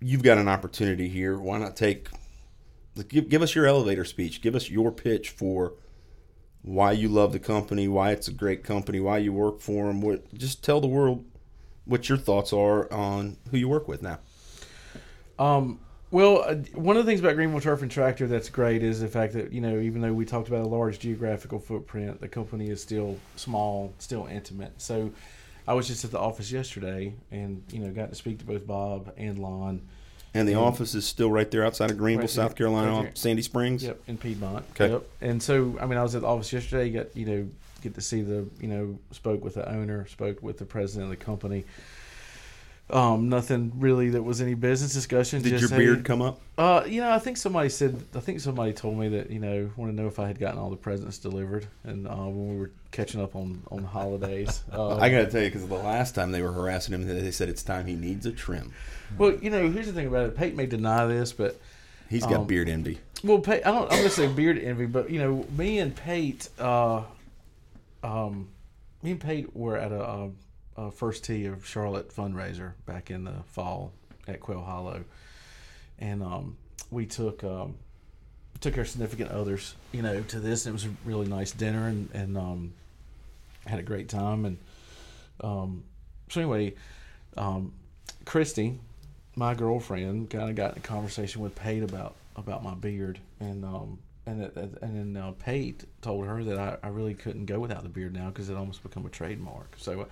you've got an opportunity here. Why not take? Give, give us your elevator speech. Give us your pitch for why you love the company, why it's a great company, why you work for them. What just tell the world what your thoughts are on who you work with now.
Well, uh, one of the things about Greenville Turf and Tractor that's great is the fact that you know, even though we talked about a large geographical footprint, the company is still small, still intimate. So, I was just at the office yesterday, and you know, got to speak to both Bob and Lon.
And the office is still right there outside of Greenville,
Mm-hmm. Right there.
South Carolina,
Right
off
there.
Sandy Springs.
Yep, in Piedmont.
Okay.
Yep. And so, I mean, I was at the office yesterday. You Got you know, get to see the you know, spoke with the owner, spoke with the president of the company. Um, nothing really that was any business discussion.
Did
just,
your
hey,
beard come up?
Uh, you know, I think somebody said, I think somebody told me that you know, want to know if I had gotten all the presents delivered, and uh, when we were catching up on on holidays. Uh,
I got to tell you, because the last time they were harassing him, they said it's time he needs a trim.
well, you know, here's the thing about it. Pate may deny this, but
He's
Um,
got beard envy.
Well, Pate, I don't. I'm gonna say beard envy, but you know, me and Pate, uh, um, me and Pate were at a, um a first tee of Charlotte fundraiser back in the fall at Quail Hollow, and um, we took um, took our significant others, you know, to this. And it was a really nice dinner, and and um, had a great time, and um, so anyway, um, Christy, my girlfriend, kind of got in a conversation with Pate about about my beard, and um, and that- that- and then uh, Pate told her that I, I really couldn't go without the beard now because it almost become a trademark. So uh,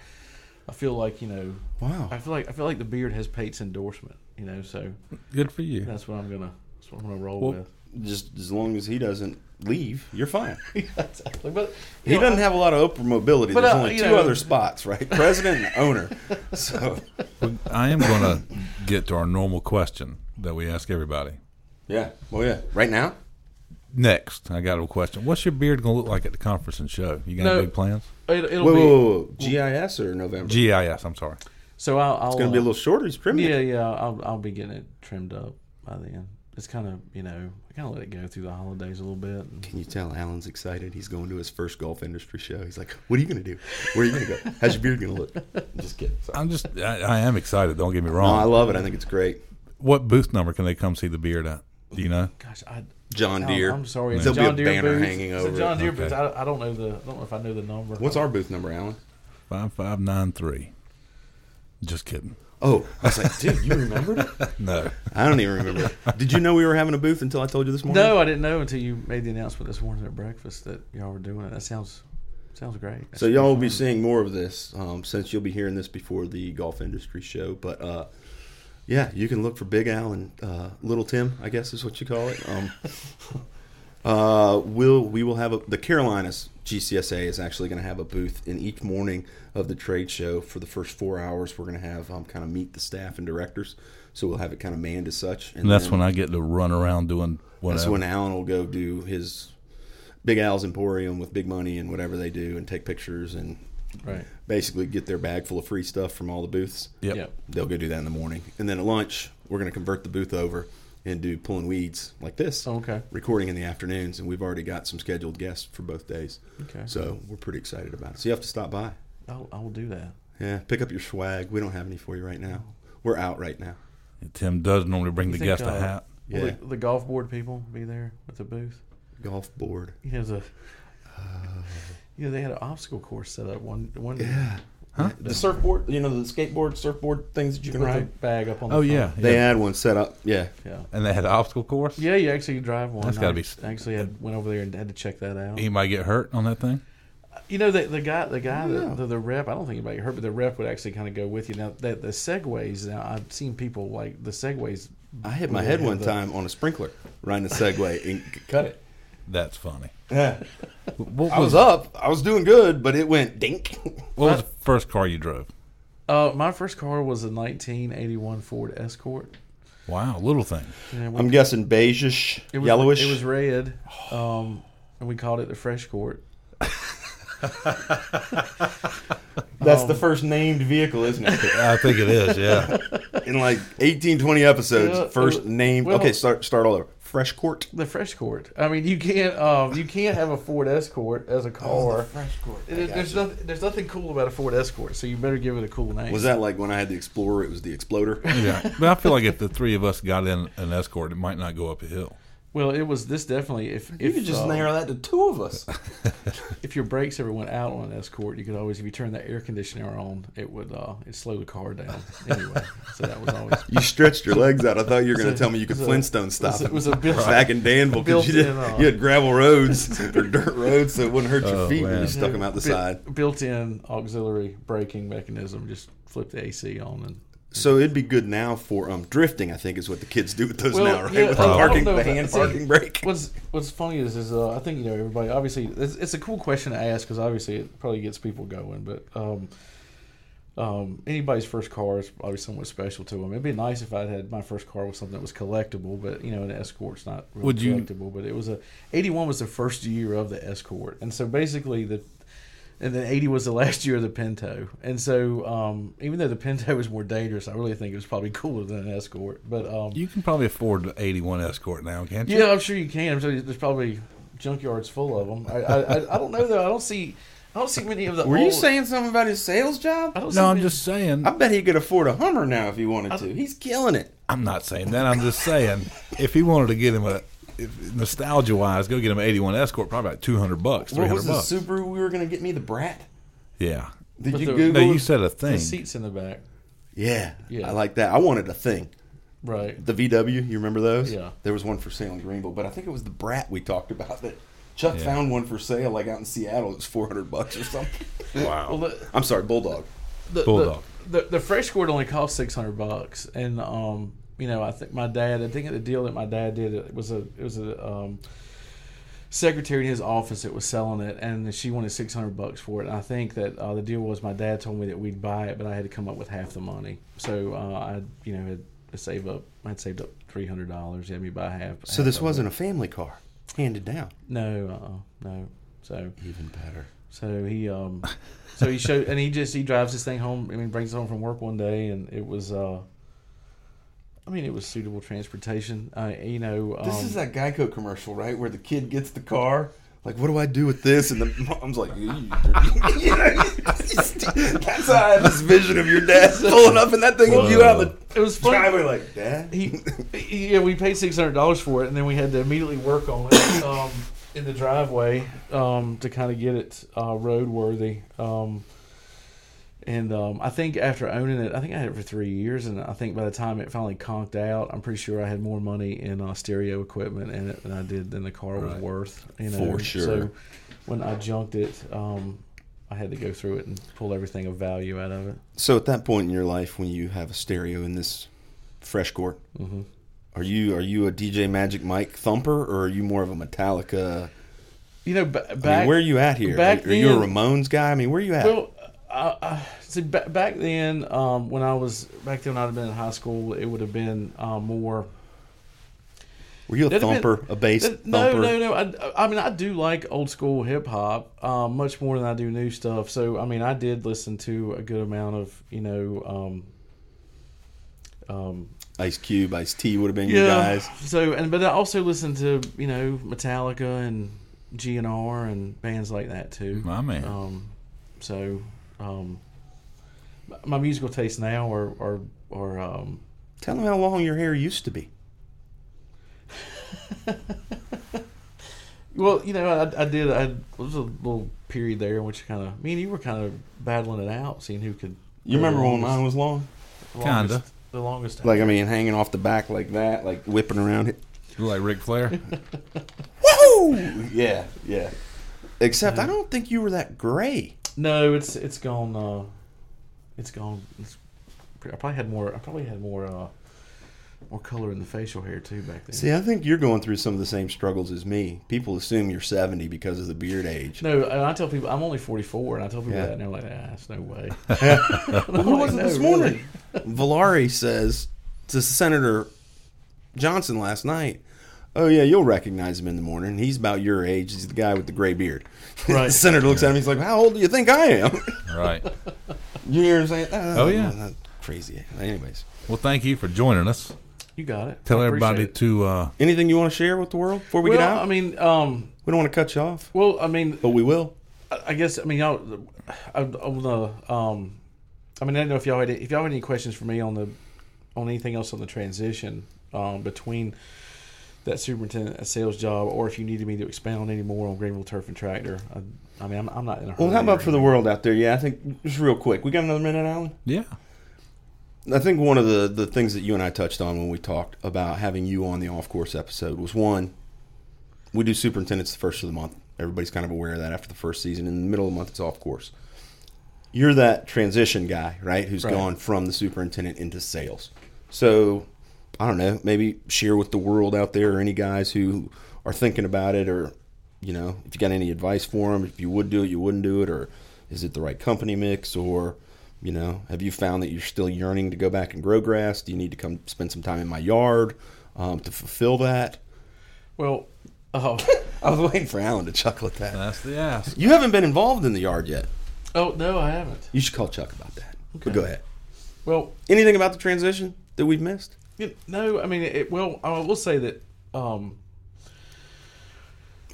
I feel like you know,
Wow.
I feel like I feel like the beard has Pate's endorsement, you know. So
Good for you.
that's what I'm gonna that's what I'm gonna roll
Well-
with.
Just as long as he doesn't leave, you're fine.
exactly, but
He
you know,
doesn't have a lot of upper mobility.
But,
There's
uh,
only
you
two
know-
other spots, right? President and owner. So,
I am going to get to our normal question that we ask everybody.
yeah. Well, yeah. Right now?
Next, I got a question. What's your beard going to look like at the conference and show? You got
No.
any big plans?
It, it'll
Whoa,
be
whoa, whoa, whoa. GIS or November?
GIS, I'm sorry.
so I'll, I'll
it's going to be a little shorter. He's trimming it.
Yeah, yeah. I'll I'll be getting it trimmed up by then. It's kind of you know I kind of let it go through the holidays a little bit. and-
Can you tell Alan's excited? He's going to his first golf industry show. He's like, "What are you going to do? Where are you going to go? How's your beard going to look?" I'm just kidding. Sorry.
I'm just, I, I am excited. Don't get me
No, I
wrong.
love it. I think it's great.
what booth number can they come see the beard at? Do you know?
Gosh, I
John
I'm-
Deere.
I'm sorry. it's
There'll
John
be a
Deere
banner
booth.
hanging
It's a
over. it.
John Deere booth.
Okay.
I, I don't know the. I don't know if I know the number.
What's our booth number, Alan?
5593. Just kidding.
Oh, I was like, dude, you remembered? it?
No.
I don't even remember. Did you know we were having a booth until I told you this morning?
No, I didn't know until you made the announcement this morning at breakfast that y'all were doing it. That sounds sounds great. That
So
should
y'all will be
fun.
seeing more of this um, since you'll be hearing this before the golf industry show. But uh, yeah, you can look for Big Al and uh, Little Tim, I guess is what you call it. Um, uh, will we will have a, the Carolinas GCSA is actually going to have a booth in each morning of the trade show for the first four hours. We're going to have um, kind of meet the staff and directors, so we'll have it kind of manned as such.
And that's
then-
when I get to run around doing whatever.
that's when Alan will go do his Big Al's Emporium with Big Money and whatever they do and take pictures and
Right.
basically get their bag full of free stuff from all the booths.
Yep.
Yep.
They'll go do that in the morning. And then at lunch, we're going to convert the booth over and do pulling weeds like this.
Oh, okay.
Recording in the afternoons, and we've already got some scheduled guests for both days.
Okay.
So we're pretty excited about it. So you have to stop by.
I'll, I'll do that.
Yeah, pick up your swag. We don't have any for you right now. We're out right now.
Tim does normally bring the
think,
guest
uh,
a hat.
Will
Yeah.
the, the golf board people be there with the booth?
Golf board.
You know the.
Uh,
You know they had an obstacle course set up one one
Yeah.
Huh?
The surfboard, you know, the skateboard, surfboard things that you can ride.
right bag up on.
Oh
the
yeah,
front.
They
yeah.
had one set up. Yeah.
yeah.
and they had an obstacle course.
Yeah, you actually drive one.
That's gotta be-
I actually had, went over there and had to check that out.
Anybody get hurt on that thing?
You know, the, the guy, the guy, the, the, the rep. I don't think anybody hurt, but the rep would actually kind of go with you. Now that the segways. Now I've seen people like the segways.
I hit my
Yeah,
head one
the-
time on a sprinkler riding a Segway and c- cut it.
That's funny.
Yeah.
What
I was up. I was doing good, but it went dink.
What was the first car you drove?
Uh, my first car was a 1981 Ford Escort.
Wow, little thing.
And we-
I'm guessing beigeish,
it was,
yellowish.
It was red, um, and we called it the Fresh Court.
That's the first named vehicle, isn't it?
I think it is. Yeah.
In like 18, 20 episodes,
Yeah, it
first
was-
named.
well-
okay, start start all over. Fresh court.
The Fresh Court. I mean, you can't um, you can't have a Ford Escort as a car.
Fresh court.
It- there's nothing, there's nothing cool about a Ford Escort, so you better give it a cool name.
Was that like when I had the Explorer? It was the Exploder.
yeah. But I feel like if the three of us got in an escort, it might not go up a hill.
Well, it was this definitely. If if um,
that to two of us.
if your brakes ever went out on an Escort, you could always if you turned that air conditioner on, it would uh, it slow the car down anyway. so that was always.
You stretched your legs out. I thought you were going to tell me you could
it was a-
Flintstone stop.
was a-
It
was a built-
back in Danville because you, did,
built-in, uh,
you had gravel roads or dirt roads, so it wouldn't hurt your feet when
man.
you stuck them out the
Built-
side.
Built-in auxiliary braking mechanism. Just flip the AC on and.
So it'd be good now for um, drifting. I think is what the kids do with those
Well,
now, right?
yeah,
with
I
the
don't
parking,
know
the
if I-
hand
see,
parking brake.
What's What's funny is is uh, I think you know everybody. Obviously, it's, it's a cool question to ask because obviously it probably gets people going. But um, um, anybody's first car is probably somewhat special to them. It'd be nice if I had my first car was something that was collectible, but you know an escort's not really
Would you-
collectible. But it was a eighty one was the first year of the escort, and so basically the. And then eighty was the last year of the Pinto, and so um, even though the Pinto was more dangerous, I really think it was probably cooler than an escort. But um,
You can probably afford the 81 escort now, can't you?
yeah, I'm sure you can. I'm sure there's probably junkyards full of them. I, I, I, I don't know though. I don't see. I don't see many of the.
Were you
old-
saying something about his sales
I
job?
don't see
No, I'm
many-
just saying.
I bet he could afford a Hummer now if he wanted to. He's killing it.
I'm not saying that. I'm just saying if he wanted to get him a if, nostalgia wise, go get him an 81 escort, probably about 200 bucks,
What
300
was the
bucks.
Subaru we were going to get me? The Brat?
yeah.
Did
But
you
the-
No,
Google?
you
it?
said a thing.
The seats in the back,
yeah,
Yeah.
I like that. I wanted a thing.
right?
The VW, you remember those?
Yeah.
There was one for sale in Greenville, but I think it was the Brat we talked about that Chuck
Yeah.
found one for sale like out in Seattle. It was 400 bucks or something.
Well, the,
I'm sorry, Bulldog.
the,
Bulldog.
The, the, the fresh court only cost six hundred bucks, and um, you know, I think my dad. I think the deal that my dad did it was a it was a um, secretary in his office that was selling it, and she wanted six hundred bucks for it. And I think that uh, the deal was my dad told me that we'd buy it, but I had to come up with half the money. So uh, I, you know, had to save up. I had saved up three hundred dollars. He had me buy half.
So this wasn't a family car, handed down.
no, uh, no. So
Even better.
so he um so he showed and he just he drives this thing home I mean brings it home from work one day and it was uh I mean it was suitable transportation. Uh, you know um,
This is that Geico commercial, right, where the kid gets the car. Like, what do I do with this? And the mom's like, "You dirty." You know, that's how I had this vision of your dad pulling up in that thing and you out of
it was
the
funny.
driveway, like, Dad.
he, he- yeah, we paid six hundred dollars for it, and then we had to immediately work on it um, in the driveway um, to kind of get it uh, roadworthy. Um, and um, I think after owning it, I think I had it for three years, and I think by the time it finally conked out, I'm pretty sure I had more money in uh, stereo equipment in it than I did than the car was worth. You know,
For sure.
So when I junked it, um, I had to go through it and pull everything of value out of it.
So at that point in your life, when you have a stereo in this fresh court, are you are you a DJ Magic Mike thumper or are you more of a Metallica?
You know, ba-
I mean,
back
where are you at here?
back
are, are you a
then-
Ramones guy? I mean, where are you at?
Well, I, I, see, ba- back then, um, when I was back then, when I'd have been in high school, it would have been uh, more.
Were you a
That'd have
thumper,
been-
a bass
that-
thumper?
No, no, no. I, I mean, I do like old school hip hop um, much more than I do new stuff. So, I mean, I did listen to a good amount of, you know, um, um,
Ice Cube, Ice T would have been your
yeah.
guys.
So, and but I also listened to, you know, Metallica and GNR and bands like that too.
My man.
Um, so, um, my- my musical tastes now are are are um,
Tell them how long your hair used to be.
Well, you know, I, I did. I there was a little period there in which kind of me and you were kind of battling it out, seeing who could.
You remember when mine was long?
the longest-
Kinda.
the longest.
Like I mean, hanging off the back like that, like whipping around it.
You like Ric Flair?
Woohoo! Yeah, yeah. Except I don't think you were that gray.
No, it's it's gone. Uh, it's gone. It's, I probably had more. I probably had more. Uh, more color in the facial hair too back then.
See, I think you're going through some of the same struggles as me. People assume you're 70 because of the beard age.
no, and I tell people I'm only 44, and I tell people
Yeah.
that, and they're like, "Ah, it's no way."
Who was it
no,
this
really.
morning? Valari says to Senator Johnson last night, "Oh yeah, you'll recognize him in the morning. He's about your age. He's the guy with the gray beard."
Right.
the senator looks at him. He's like, "How old do you think I am?"
right.
you hear him saying, "Oh,
Oh, yeah.
that's crazy." Anyways,
Well, thank you for joining us.
You got it.
Tell
I appreciate
everybody
it.
to uh,
anything you want to share with the world before we
Well,
get out?
I mean, um,
we don't want to cut you off,
well, I mean,
but we will.
I I guess I mean y'all. I, I want to. Um, I mean, I don't know if y'all had if y'all had any questions for me on the on anything else on the transition um, between that superintendent and sales job, or if you needed me to expound any more on Greenville Turf and Tractor. I, I mean, I'm, I'm not in a hurry.
Well, how about for the
or
world out there? Yeah, I think just real quick. We got another minute, Alan.
yeah.
I think one of the, the things that you and I touched on when we talked about having you on the off course episode was one, we do superintendents the first of the month. Everybody's kind of aware of that after the first season. In the middle of the month, it's off course. You're that transition guy, right? Who's
Right.
gone from the superintendent into sales. So, I don't know, maybe share with the world out there or any guys who are thinking about it or, you know, if you got any advice for them, if you would do it, you wouldn't do it, or is it the right company mix or, you know, have you found that you're still yearning to go back and grow grass? Do you need to come spend some time in my yard um, to fulfill that?
Well, oh,
I was waiting for Alan to chuckle at that.
That's the ask.
You haven't been involved in the yard yet.
oh no, I haven't.
You should call Chuck about that. But go ahead.
Well,
Anything about the transition that we've missed?
you no, I mean, it, well, I will say that. Um,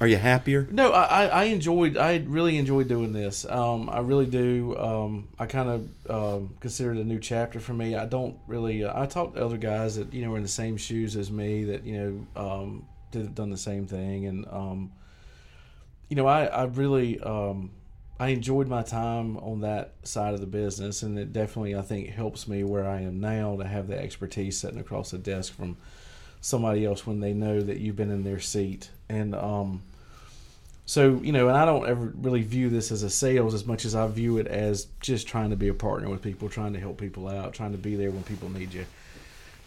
Are you happier?
No, I, I I enjoyed. I really enjoyed doing this. Um, I really do. Um, I kind of um, consider it a new chapter for me. I don't really. Uh, I talked to other guys that you know are in the same shoes as me that you know um, did have done the same thing, and um, you know I I really um, I enjoyed my time on that side of the business, and it definitely I think helps me where I am now to have the expertise sitting across the desk from somebody else when they know that you've been in their seat and. Um, so, you know, and I don't ever really view this as a sales as much as I view it as just trying to be a partner with people, trying to help people out, trying to be there when people need you.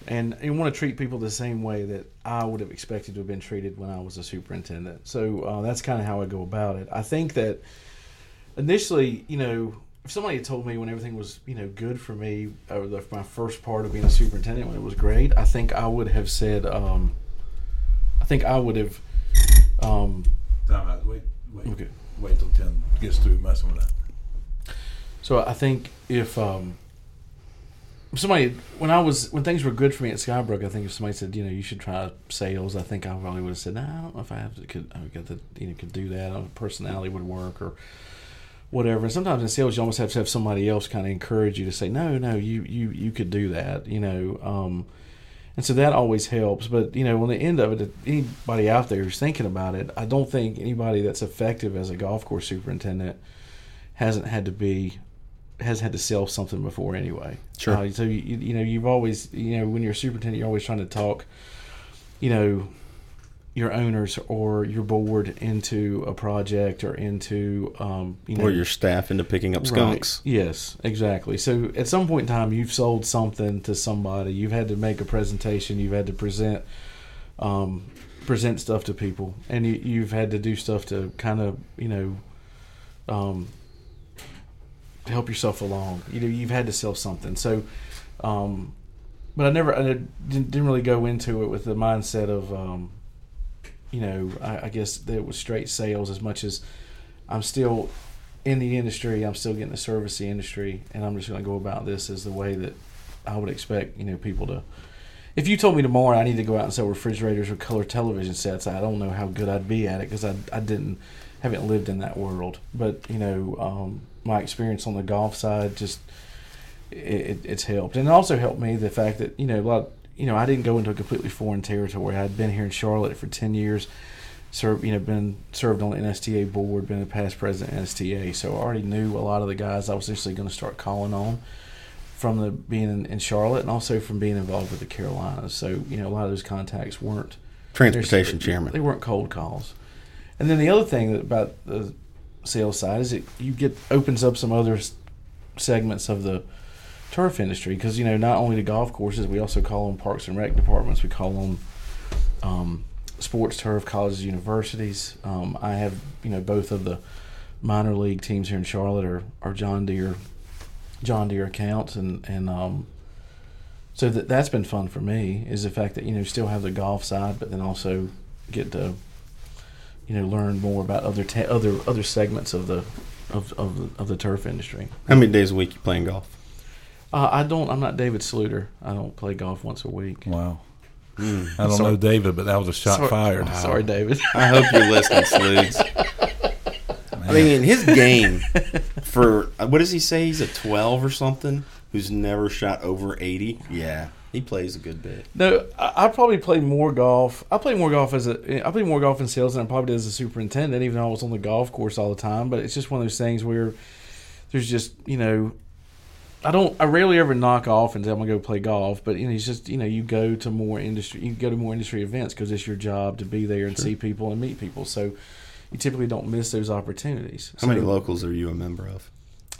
And you want to treat people the same way that I would have expected to have been treated when I was a superintendent. So uh, that's kind of how I go about it. I think that initially, you know, if somebody had told me when everything was, you know, good for me over the, my first part of being a superintendent when it was great, I think I would have said, um, I think I would have. Um,
Time out. Wait, wait.
Okay.
Wait till 10 gets through messing with that.
So I think if um, somebody when I was when things were good for me at Skybrook, I think if somebody said you know you should try sales, I think I probably would have said no, I don't know if I have could I got the you know could do that. I don't know if personality would work or whatever. And sometimes in sales, you almost have to have somebody else kind of encourage you to say no, no, you you you could do that. You know. Um, and so that always helps. But you know, on the end of it, anybody out there who's thinking about it, I don't think anybody that's effective as a golf course superintendent hasn't had to be has had to sell something before anyway.
Sure.
Uh, so you, you know, you've always you know when you're a superintendent, you're always trying to talk, you know, your owners or your board into a project or into um, you know
Or your staff into picking up skunks?
Right. Yes, exactly. So at some point in time, you've sold something to somebody. You've had to make a presentation. You've had to present, um, present stuff to people, and you, you've had to do stuff to kind of you know, um, to help yourself along. You know, you've had to sell something. So, um, But I never, I didn't, didn't really go into it with the mindset of, um, you know, I, I guess that it was straight sales as much as I'm still in the industry, I'm still getting the service the industry, and I'm just going to go about this as the way that I would expect, you know, people to. If you told me tomorrow I need to go out and sell refrigerators or color television sets, I don't know how good I'd be at it because I, I didn't haven't lived in that world. But you know, um, my experience on the golf side just it, it, it's helped, and it also helped me the fact that you know, a lot, you know, I didn't go into a completely foreign territory. I'd been here in Charlotte for ten years, served, you know, been served on the NSTA board, been a past president of NSTA, so I already knew a lot of the guys I was initially going to start calling on from the being in, in Charlotte, and also from being involved with the Carolinas. So you know, a lot of those contacts weren't
Transportation
they're-
chairman.
They weren't cold calls. And then the other thing that- about the sales side is it you get opens up some other s- segments of the turf industry because you know not only the golf courses we also call on parks and rec departments we call on um, sports turf colleges universities um, I have you know both of the minor league teams here in Charlotte are, are John Deere John Deere accounts and and um, so that that's been fun for me is the fact that you know still have the golf side but then also get to you know learn more about other te- other other segments of the of, of, the- of the turf industry
How many days a week you playing golf?
uh, I don't. I'm not David Sluter. I don't play golf once a week.
Wow. I don't know David, but that was a shot
Sorry-
fired.
Sorry, David.
I hope you're listening, Sludes.
I mean, his game.
For uh, what does he say? He's a 12 or something who's never shot over 80. Yeah, he plays a good bit.
no, I, I probably play more golf. I play more golf as a. I play more golf in sales than I probably did as a superintendent. Even though I was on the golf course all the time, but it's just one of those things where there's just you know. I don't. I rarely ever knock off and say I'm gonna go play golf, but you know, it's just you know, you go to more industry, you go to more industry events because it's your job to be there and see people and meet people. So, you typically don't miss those opportunities.
How many
So-
locals are you a member of?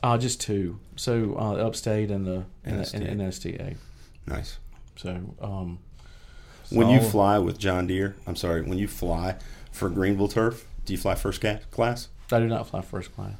Uh, just two. So uh, upstate and the and, the- and,
NSTA.
and STA.
Nice.
So um,
When you
So-
fly with John Deere, I'm sorry, when you fly for Greenville Turf, do you fly first ca- class?
I do not fly first class.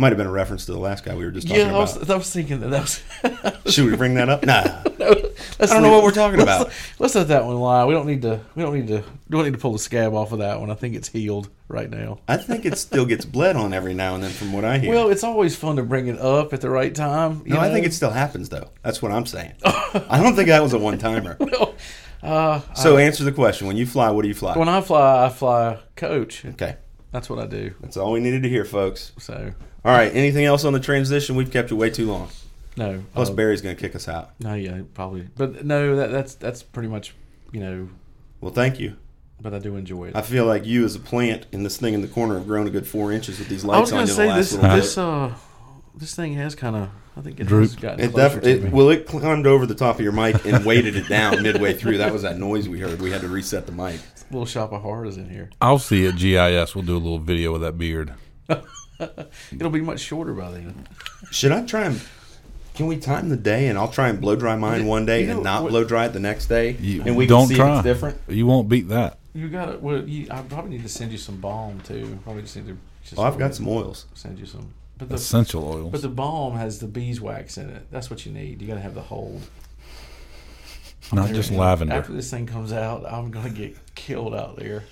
Might have been a reference to the last guy we were just talking
Yeah, I
about.
was, I was thinking that. that was,
Should we bring that up? Nah.
Let's
I don't know
leave-
what we're talking
let's-
about.
Let's let that one lie. We don't need to. We don't need to. We don't need to pull the scab off of that one. I think it's healed right now.
I think it still gets bled on every now and then, from what I hear.
Well, it's always fun to bring it up at the right time. you
no, I
know?
think it still happens though. That's what I'm saying. I don't think that was a one timer. so answer the question: When you fly, what do you fly?
uh, when I fly, I fly coach.
okay,
That's what I do.
that's all we needed to hear, folks.
So
All right. Anything else on the transition? We've kept you way too long.
no.
Plus,
uh,
Barry's going to kick us out.
no, yeah, probably. But no, that, that's that's pretty much you know.
Well, thank you.
But I do enjoy it.
I feel like you, as a plant, and this thing in the corner have grown a good four inches with these
I was
lights on
gonna
you.
say
the last
this
little
this
bit.
uh this thing has kind of I think it
Drooped.
has gotten
It
closer to me.
definitely. Well, it climbed over the top of your mic and weighted it down midway through. That was that noise we heard. We had to reset the mic.
little shop of horrors in here.
I'll see you at GIS. We'll do a little video of that beard.
It'll be much shorter by then.
Should I try and? Can we time the day and I'll try and blow dry mine one day
You know
and not
what-
blow dry it the next day,
You
and we
don't
can see
try.
if it's different.
You won't beat that.
You got it. Well, you, I probably need to send you some balm too. Probably just need to. Just
Well, Oh, I've got some oils.
Send you some. But the
Essential oil.
but the balm has the beeswax in it. That's what you need. You got to have the hold.
Not just
After
lavender.
this thing comes out, I'm gonna get killed out there.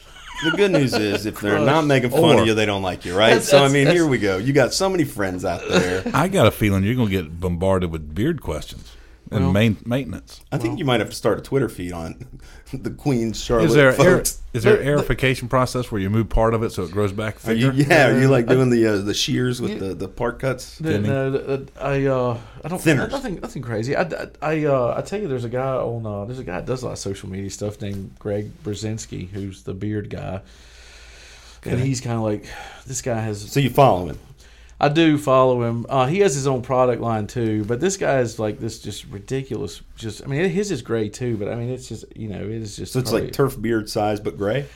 The good news is, if they're not making fun
Or-
of you, they don't like you, right?
That's-
so I
that's-
mean,
that's-
here we go. You got so many friends out there.
I got a feeling you're going to get bombarded with beard questions and main, maintenance.
I think you might have to start a Twitter feed on the Queen's Charlotte
Is there air,
folks.
is there airification process where you move part of it so it grows back
Are you,
thicker?
yeah, are you like doing the uh, the shears with the, the part cuts?
The, no, the, the, I uh, I don't
Thinners.
nothing nothing crazy. I, I, I, uh, I tell you, there's a guy on uh, there's a guy that does a lot of social media stuff named Greg Brzezinski, who's the beard guy, and he's kind of like this guy has.
So you follow him.
I do follow him. Uh, he has his own product line too, but this guy is like this just ridiculous. Just I mean, his is gray too, but I mean, it's just you know, it is just.
So it's
probably-
like turf beard size, but gray.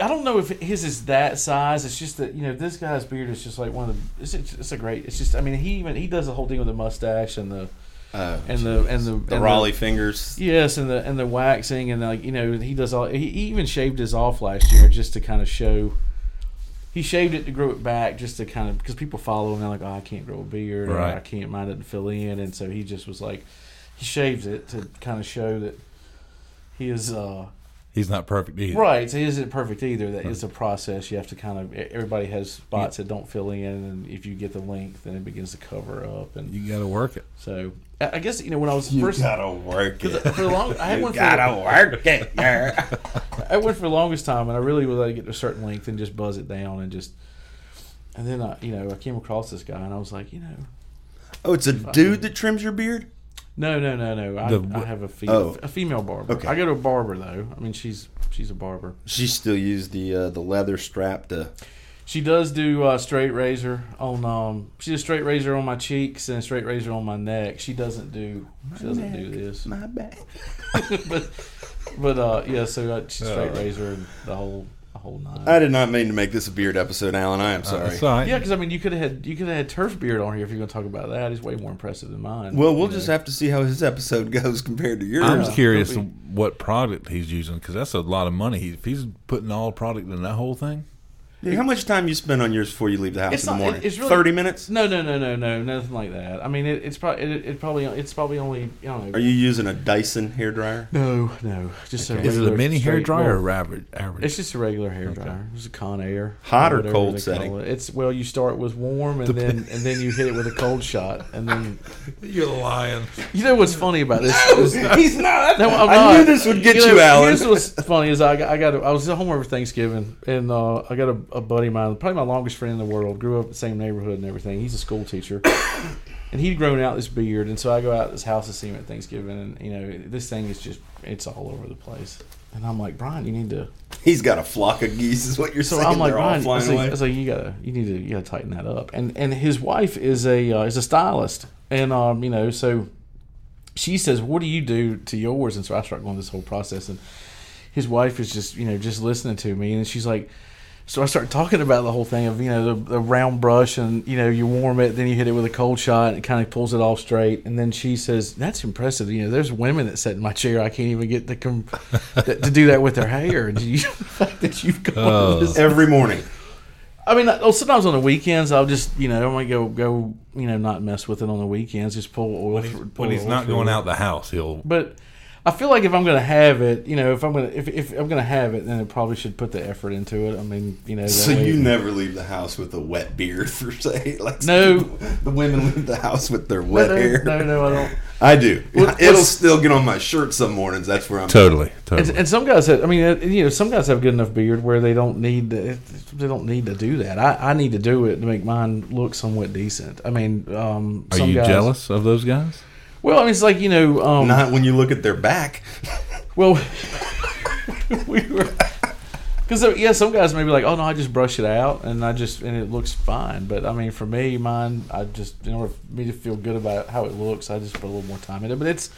I don't know if his is that size. It's just that you know this guy's beard is just like one of the. It's, it's a great. It's just I mean he even he does the whole thing with the mustache and the
Oh,
and the and the and
The Raleigh fingers.
yes, and the and the waxing and like you know he does all. He, he even shaved his off last year just to kind of show he shaved it to grow it back just to kind of because people follow him. They're like, oh, I can't grow a beard, or
Right.
I can't, mine doesn't fill in, and so he just was like, he shaves it to kind of show that he is. uh
He's not perfect either.
Right, so it isn't perfect either. That it's a process. You have to kind of. Everybody has spots that don't fill in, and if you get the length, then it begins to cover up. And
You got to work it.
so, I I guess you know when I was first
work
for the long, I had one for
Gotta work it. yeah.
I went for the longest time, and I really would let it get to a certain length and just buzz it down and just. And then I, you know, I came across this guy, and I was like, you know,
Oh, it's a dude that trims your beard.
no, no, no, no. I,
The-
I have a fe-
Oh.
a female barber.
Okay.
I go to a barber though. I mean, she's she's a barber.
She still used the uh, the leather strap to.
She does do uh, straight razor on. Um, she does straight razor on my cheeks and straight razor on my neck. She doesn't do. she doesn't do this.
My back.
but but uh, yeah, so uh,
Oh.
she's straight razor and the whole the whole nine.
I did not mean to make this a beard episode, Alan. I am
Uh,
sorry.
That's all right.
Yeah, because I mean, you could have had you could have had turf beard on here if you're going to talk about that. He's way more impressive than mine.
well, we'll just have to see how his episode goes compared to
Um,
yours.
I'm curious what product he's using because that's a lot of money. He, if he's putting all product in that whole thing,
Dude, how much time you spend on yours before you leave the house
It's
in the
not- it-
morning?
it's really-
Thirty minutes.
no, no, no, no, no, nothing like that. I mean, it, it's probably it, it probably it's probably only you know.
Are you using a Dyson hair dryer?
No, no, just a
is it a
regular
mini hair
straight-
dryer
well,
or average? average?
It's just a regular hair dryer. It's a Con Air.
Hot or
whatever
cold
they call
setting?
it. It's well, you start with warm and then and then you hit it with a cold shot and then
You're lying.
you know what's funny about this is
He's not.
No, I'm
I
not.
knew this would get you,
know,
Alan.
Here's what's funny is I got, I got a, I was at home over Thanksgiving and uh, I got a, a buddy of mine, probably my longest friend in the world, grew up in the same neighborhood and everything. He's a school teacher, and he'd grown out this beard, and so I go out to his house to see him at Thanksgiving, and you know this thing is just it's all over the place, and I'm like Brian, you need to.
He's got a flock of geese, is what you're
So
saying.
I'm like
They're all
Brian, I
flying
was like,
away.
I was like, you gotta you need to you gotta tighten that up, and and his wife is a uh, is a stylist, and um you know so she says, "What do you do to yours?" And so I start going this whole process, and his wife is just you know just listening to me, and she's like, so I start talking about the whole thing of you know the, the round brush, and you know you warm it, then you hit it with a cold shot, and it kind of pulls it all straight, and then she says, "That's impressive." You know, there's women that sit in my chair, I can't even get to com- that, to do that with their hair. Do you the fact that you've gone to this
every morning.
I mean, I- sometimes on the weekends, I'll just you know I might go go you know not mess with it on the weekends, just pull oil.
When he's, when
Oh,
he's not going out the house, he'll.
but I feel like if I'm gonna have it, you know, if I'm gonna if, if I'm gonna have it, then I probably should put the effort into it. I mean, you know, that
So
way-
you never leave the house with a wet beard, per se. Like
No.
the women leave the house with their
no,
wet
no,
hair.
no, no, I don't.
I do.
What-
It'll
what's-
still get on my shirt some mornings. That's where I'm.
Totally,
And,
totally.
and some guys, have, I mean, uh, you know, some guys have good enough beard where they don't need to, they don't need to do that. I, I need to do it to make mine look somewhat decent. I mean, um,
Are
some
you
guys-
jealous of those guys?
Well, I mean, it's like you know, um,
Not when you look at their back.
Well, we were because yeah, some guys may be like, "Oh no, I just brush it out and I just and it looks fine." But I mean, for me, mine, I just in order for me to feel good about how it looks, I just put a little more time in it. But it's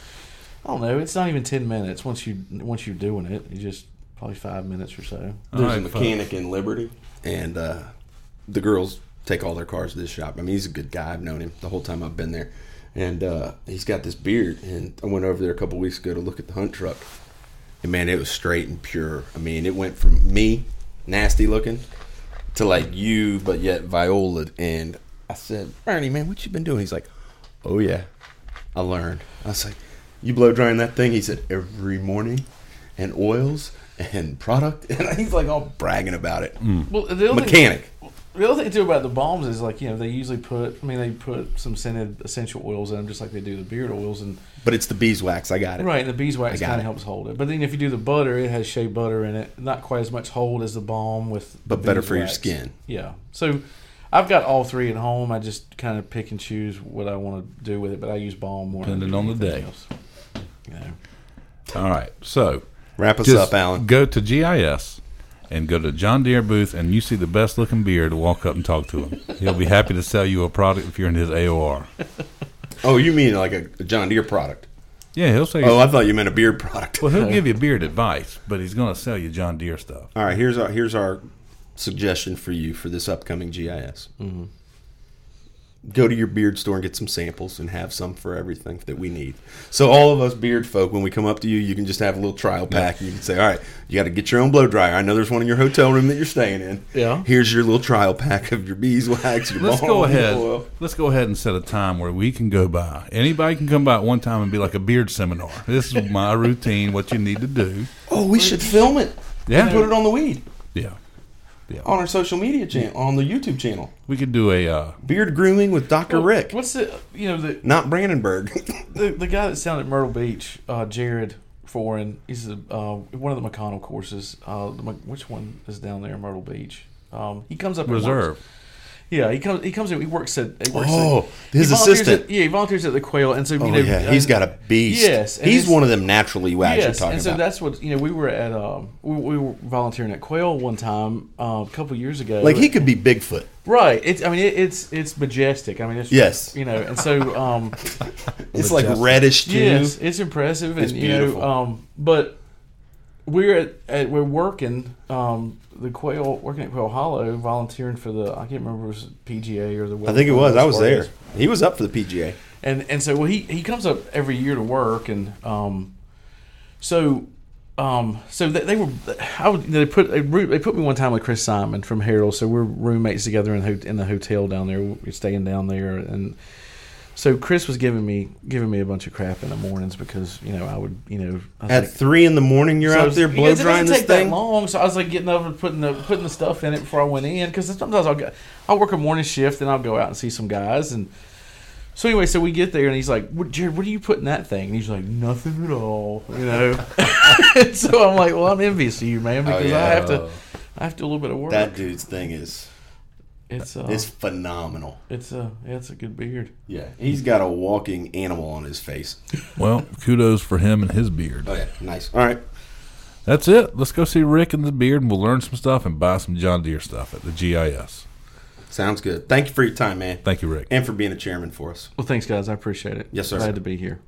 I don't know, it's not even ten minutes once you once you're doing it. You just probably five minutes or so.
There's
right,
a mechanic in Liberty, and uh, the girls take all their cars to this shop. I mean, he's a good guy. I've known him the whole time I've been there, and uh, he's got this beard. And I went over there a couple weeks ago to look at the hunt truck, and man, it was straight and pure. I mean, it went from me, nasty looking, to like you, but yet viola. And I said, Bernie, man, what you been doing? He's like, Oh yeah, I learned. I was like, You blow drying that thing? He said, Every morning, and oils and product. And he's like all bragging about it.
Well, the other thing-
Mechanic.
The other thing too about the balms is like you know they usually put I mean they put some scented essential oils in them just like they do the beard oils and
But it's the beeswax. I got it.
Right, and the beeswax
I got
kind of
it.
helps hold it. But then if you do the butter, it has shea butter in it. Not quite as much hold as the balm with.
But
the
better for your
beeswax.
skin.
Yeah. So I've got all three at home. I just kind of pick and choose what I want to do with it, but I use balm more. than
Depending on the
anything
day.
else. You know.
All right, so
Wrap us
just
up, Alan.
go to GIS and go to John Deere booth, and you see the best looking beard. Walk up and talk to him. He'll be happy to sell you a product if you're in his AOR.
Oh, you mean like a John Deere product?
Yeah, he'll sell you.
Oh, I thought you meant a beard product.
well, he'll give you beard advice, but he's going to sell you John Deere stuff.
All right,
Mm-hmm.
here's our here's our suggestion for you for this upcoming GIS.
go to your beard store and get some samples and have some for everything that we need. So all of us beard folk, when we come up to you, you can just have a little trial pack and you can say, all right, you got to get your own blow dryer. I know there's one in your hotel room that you're staying in.
Yeah.
Here's your little trial pack of your beeswax, your
Let's go
Oh,
balm, your
ahead.
oil.
Let's go ahead and set a time where we can go by. Anybody can come by at one time and be like a beard seminar. This is my routine. What you need to do.
Oh, we should film it.
Yeah.
Put it on the weed
Yeah.
on our social media channel, on the YouTube channel.
We could do a. Uh,
Beard grooming with Dr. Rick,
What's the you know the
not Brandenburg.
the, the guy that sounded at Myrtle Beach, uh, Jared Foreign, he's a, uh, one of the McConnell courses. Uh, the, Mc- which one is down there in Myrtle Beach? Um, he comes up and
Reserve.
works- Yeah, he comes. He comes in. He works at. He works
Oh,
at, he
his
volunteers
assistant.
At, yeah, he volunteers at the Quail, and so you
Oh
know,
yeah, he's got a beast.
Yes, and
he's
it's-
one of them naturally wags
Yes,
you're talking
and so
about.
that's what you know. We were at um, we, we were volunteering at Quail one time uh, a couple years ago.
like he could be Bigfoot.
right? It's I mean it, it's it's majestic. I mean it's
Yes.
you know, and so um,
It's like reddish too.
Yes, it's impressive and
It's
you know,
beautiful.
um, but we're at, at we're working um, the quail working at Quail Hollow, volunteering for the I can't remember if it was PGA or the
I think it was. I was there. He was up for the PGA.
and and so well, he he comes up every year to work, and um, so um, so they, they were I would they put they roo- they put me one time with Chris Simon from Harold, so we're roommates together in ho- in the hotel down there. We're staying down there, and so Chris was giving me giving me a bunch of crap in the mornings because you know I would you know I was
At
like-
three in the morning, you're
so
out there
it's-
blow
it doesn't
drying this
take
thing.
That long, so I was like getting up and putting the putting the stuff in it before I went in because sometimes I'll go, I'll work a morning shift and I'll go out and see some guys and. So anyway, so we get there and he's like, what, "Jared, what are you putting that thing?" And he's like, "Nothing at all," you know. And so I'm like, "Well, I'm envious of you, man, because I
Oh, yeah.
have to, I have to do a little bit of work."
That dude's thing is
it's uh,
is phenomenal.
it's a it's a good beard.
Yeah, he's got a walking animal on his face.
well, kudos for him and his beard.
Oh yeah, nice. All right,
That's it. Let's go see Rick and the beard, and we'll learn some stuff and buy some John Deere stuff at the GIS.
sounds good. Thank you for your time, man,
Thank you, Rick.
and for being a chairman for us.
Well, thanks, guys. I appreciate it.
Yes, sir.
Glad to be here.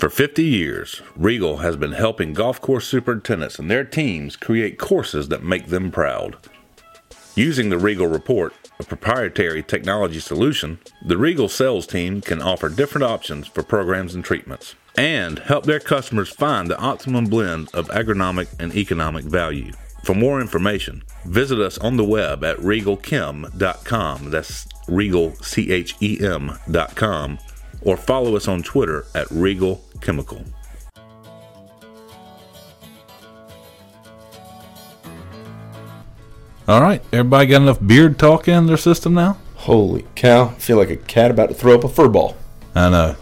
For 50 years, Regal has been helping golf course superintendents and their teams create courses that make them proud. Using the Regal Report, a proprietary technology solution, the Regal sales team can offer different options for programs and treatments and help their customers find the optimum blend of agronomic and economic value. For more information, visit us on the web at regalchem.com. That's regal, C H E M dot com, or follow us on Twitter at Regal Chemical.
All right, everybody got enough beard talk in their system now?
Holy cow! I feel like a cat about to throw up a fur ball.
I know.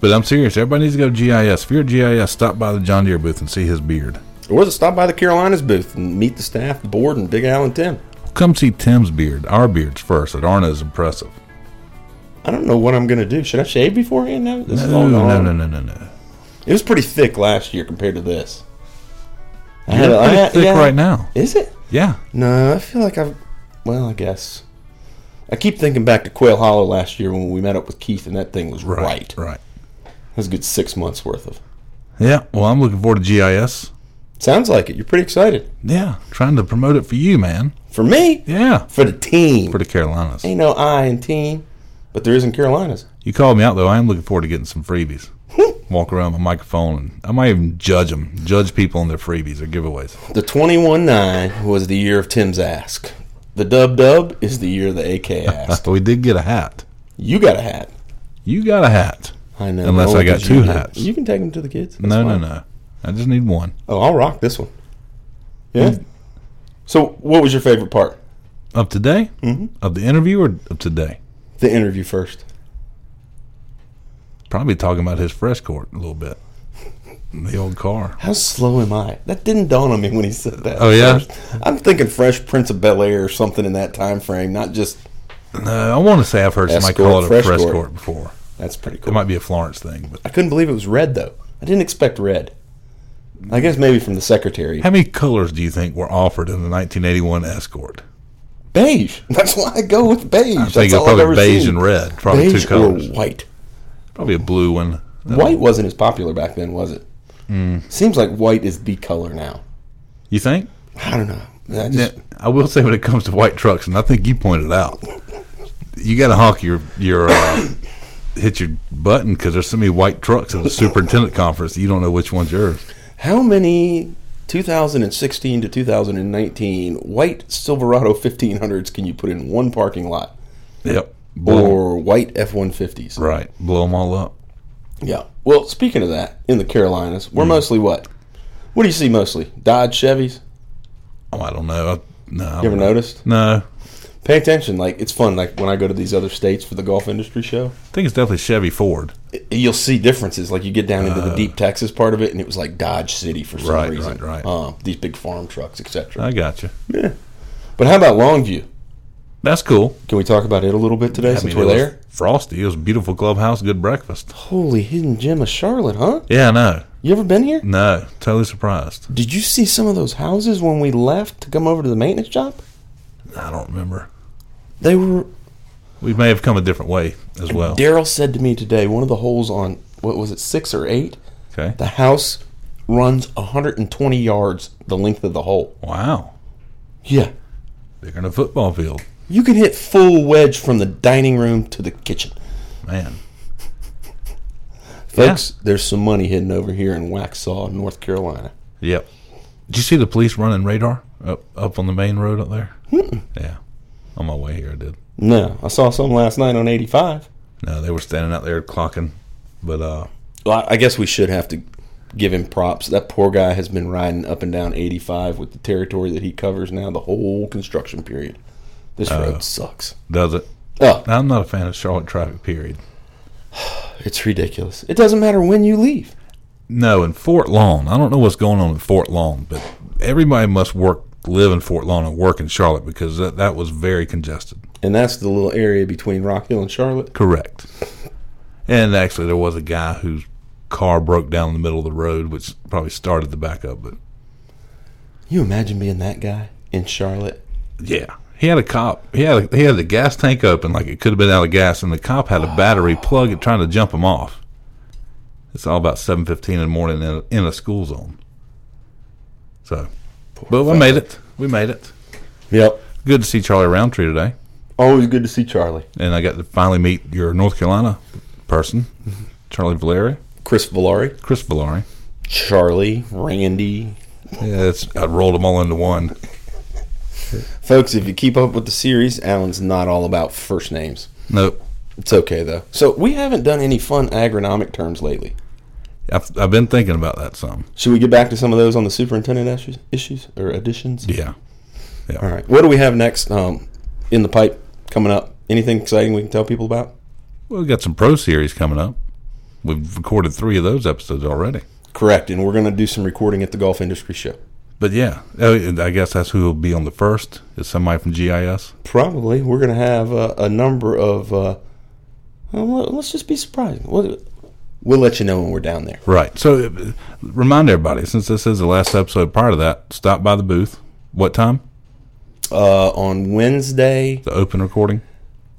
But I'm serious. Everybody needs to go to GIS. If you're at GIS, stop by the John Deere booth and see his beard.
Or just stop by the Carolinas booth and meet the staff, the board, and Big Al and Tim.
Come see Tim's beard, our beards first that aren't as impressive.
I don't know what I'm gonna do. Should I shave beforehand? No, this is all
No, no,
gone.
no, no, no, no.
It was pretty thick last year compared to this. I
You're
a- I
pretty
had-
thick
yeah.
right now.
Is it?
Yeah.
No, I feel like I've. Well, I guess. I keep thinking back to Quail Hollow last year when we met up with Keith, and that thing was right.
Right. Right.
That was a good six months worth of.
Yeah. Well, I'm looking forward to GIS.
Sounds like it. You're pretty excited.
Yeah. Trying to promote it for you, man.
For me,
Yeah.
for the team.
For the Carolinas.
Ain't no I in team, but there is in Carolinas.
You called me out, though. I am looking forward to getting some freebies. Walk around with my microphone, and I might even judge them. Judge people on their freebies or giveaways.
The 21 9 was the year of Tim's ask. The dub dub is the year of the AK ask.
But we did get a hat.
you got a hat.
You got a hat.
I know.
Unless
but
I got
only 'cause you
two
did.
hats.
You can take them to the kids. That's
no,
fine.
no, no. I just need one.
Oh, I'll rock this one. Yeah. So, what was your favorite part?
Of today? Mm-hmm. Of the interview or of today?
The interview first.
Probably talking about his fresh court a little bit. The old car.
How slow am I? That didn't dawn on me when he said that.
Oh, yeah?
First. I'm thinking Fresh Prince of Bel Air or something in that time frame, not just.
No, Uh, I want to say I've heard somebody
Escort,
call it a
fresh
fresh,
court.
court. before.
That's pretty
It
cool.
might be a Florence thing, but
I couldn't believe it was red though. I didn't expect red. I guess maybe from the secretary.
how many colors do you think were offered in the 1981 Escort?
Beige. That's why I go with beige.
I'm
That's
thinking
all I've ever
probably beige
seen.
and red. Probably
beige
two colors.
or white.
Probably a blue one.
White wasn't as popular back then, was it? Seems like white is the color now.
You think?
I don't know. I just-
Now, I will say when it comes to white trucks, and I think you pointed it out, you got to honk your your uh, hit your button because there's so many white trucks at the superintendent conference. You don't know which one's yours.
How many 2016 to 2019 white Silverado 1500s can you put in one parking lot?
Yep. Blow 'em-
Or white F 150s?
Hmm. right. Blow them all up.
Yeah. Well, speaking of that, in the Carolinas, we're mostly what? What do you see mostly? Dodge Chevys?
Oh, I don't know. I, no. I
You ever
don't-
noticed?
No.
Pay attention. Like, it's fun. Like, when I go to these other states for the golf industry show,
I think it's definitely Chevy Ford.
i- you'll see differences. Like, you get down into the deep Texas part of it, and it was like Dodge City for some
Uh. Right,
reason.
right, right.
Um, these big farm trucks, etc.
I got you.
But how about Longview?
That's cool.
Can we talk about it a little bit today
I
since
mean,
we're
it was
there?
frosty. It was a beautiful clubhouse. Good breakfast.
Holy hidden gem of Charlotte, huh?
Yeah. No.
You ever been here?
No. Totally surprised.
Did you see some of those houses when we left to come over to the maintenance shop?
I don't remember.
They were.
We may have come a different way as well.
Daryl said to me today, one of the holes on what was it, six or eight?
Okay.
The house runs 120 yards the length of the hole.
Wow.
Yeah,
Bigger than a football field.
you can hit full wedge from the dining room to the kitchen,
Man.
folks. There's some money hidden over here in Waxhaw, North Carolina.
Yep. Did you see the police running radar up up on the main road up there? Yeah. On my way here, I did.
No, I saw some last night on 85.
No, they were standing out there clocking, but uh,
Well, I I guess we should have to give him props. That poor guy has been riding up and down 85 with the territory that he covers now the whole construction period. This
Oh.
road sucks.
does it?
Oh,
I'm not a fan of Charlotte traffic. Period.
it's ridiculous. It doesn't matter when you leave.
No, in Fort Lawn. I don't know what's going on in Fort Lawn, but everybody must work, live in Fort Lawn, and work in Charlotte because that, that was very congested.
And that's the little area between Rock Hill and Charlotte.
Correct. And actually, there was a guy whose car broke down in the middle of the road, which probably started the backup. But
You imagine being that guy in Charlotte?
yeah, he had a cop. He had a, he had the gas tank open, like it could have been out of gas, and the cop had a battery plug it trying to jump him off. It's all about seven fifteen in the morning in a, in a school zone. So, but we made it. We made it.
Yep.
Good to see Charlie Roundtree today,
Always good to see Charlie.
and I got to finally meet your North Carolina person, Charlie Valeri,
Chris Villari.
Chris Valeri.
Charlie. Randy.
Yeah, it's, I rolled them all into one.
Folks, if you keep up with the series, Alan's not all about first names.
Nope.
It's okay, though. So, we haven't done any fun agronomic terms lately.
I've, I've been thinking about that some.
Should we get back to some of those on the superintendent issues, issues or additions?
Yeah. Yeah.
All right. What do we have next um, in the pipe coming up? Anything exciting we can tell people about?
Well, we've got some pro series coming up. We've recorded three of those episodes already.
Correct. And we're going to do some recording at the Golf Industry Show.
But yeah, oh, and I guess that's who will be on the first is somebody from GIS.
Probably. We're going to have uh, a number of. Uh, well, let- let's just be surprised. We'll, we'll let you know when we're down there.
Right. So uh, remind everybody, since this is the last episode prior to that, stop by the booth. What time?
Uh, on Wednesday,
The open recording?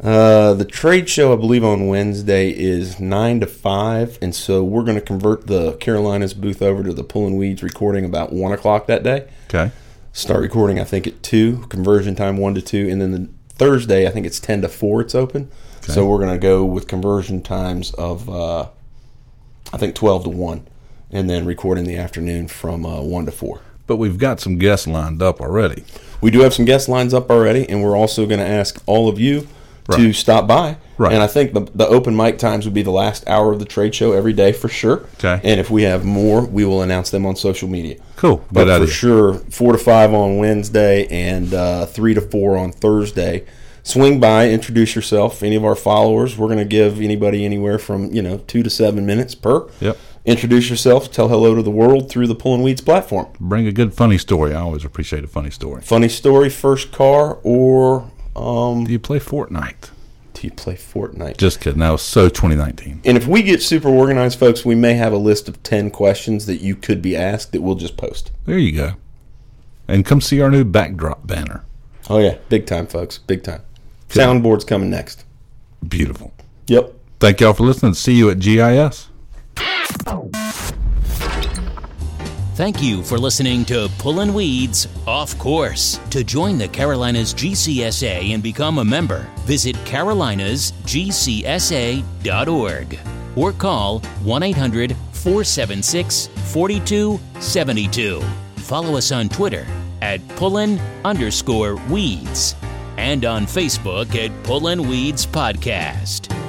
uh, the trade show, I believe, on Wednesday is 9 to 5. And so we're going to convert the Carolinas booth over to the Pulling Weeds recording about 1 o'clock that day.
Okay.
start recording i think at 2 conversion time 1 to 2 and then the thursday i think it's 10 to 4 it's open so we're going to go with conversion times of uh, i think 12 to 1 and then record in the afternoon from uh, 1 to 4
But we've got some guests lined up already.
we do have some guest lines up already and we're also going to ask all of you to
Right.
stop by
Right.
and i think the, the open mic times would be the last hour of the trade show every day for sure
Okay.
and if we have more we will announce them on social media
Cool.
but
Good idea.
for sure, four to five on Wednesday and uh, three to four on Thursday. Swing by, introduce yourself. Any of our followers, we're going to give anybody anywhere from you know two to seven minutes per.
Yep.
Introduce yourself. Tell hello to the world through the Pulling Weeds platform.
Bring a good funny story. I always appreciate a funny story.
Funny story, first car, or um,
Do you play Fortnite?
do you play Fortnite?
Just kidding. That was so 2019.
and if we get super organized, folks, we may have a list of ten questions that you could be asked that we'll just post.
There you go. And come see our new backdrop banner.
Oh yeah, big time, folks, big time. Soundboard's coming next.
Beautiful.
Yep.
Thank y'all for listening. See you at GIS.
Thank you for listening to Pullin' Weeds Off Course. To join the Carolinas GCSA and become a member, visit carolinasgcsa.org or call 1 800 476 4272. Follow us on Twitter at Pullin underscore Weeds and on Facebook at Pullin' Weeds Podcast.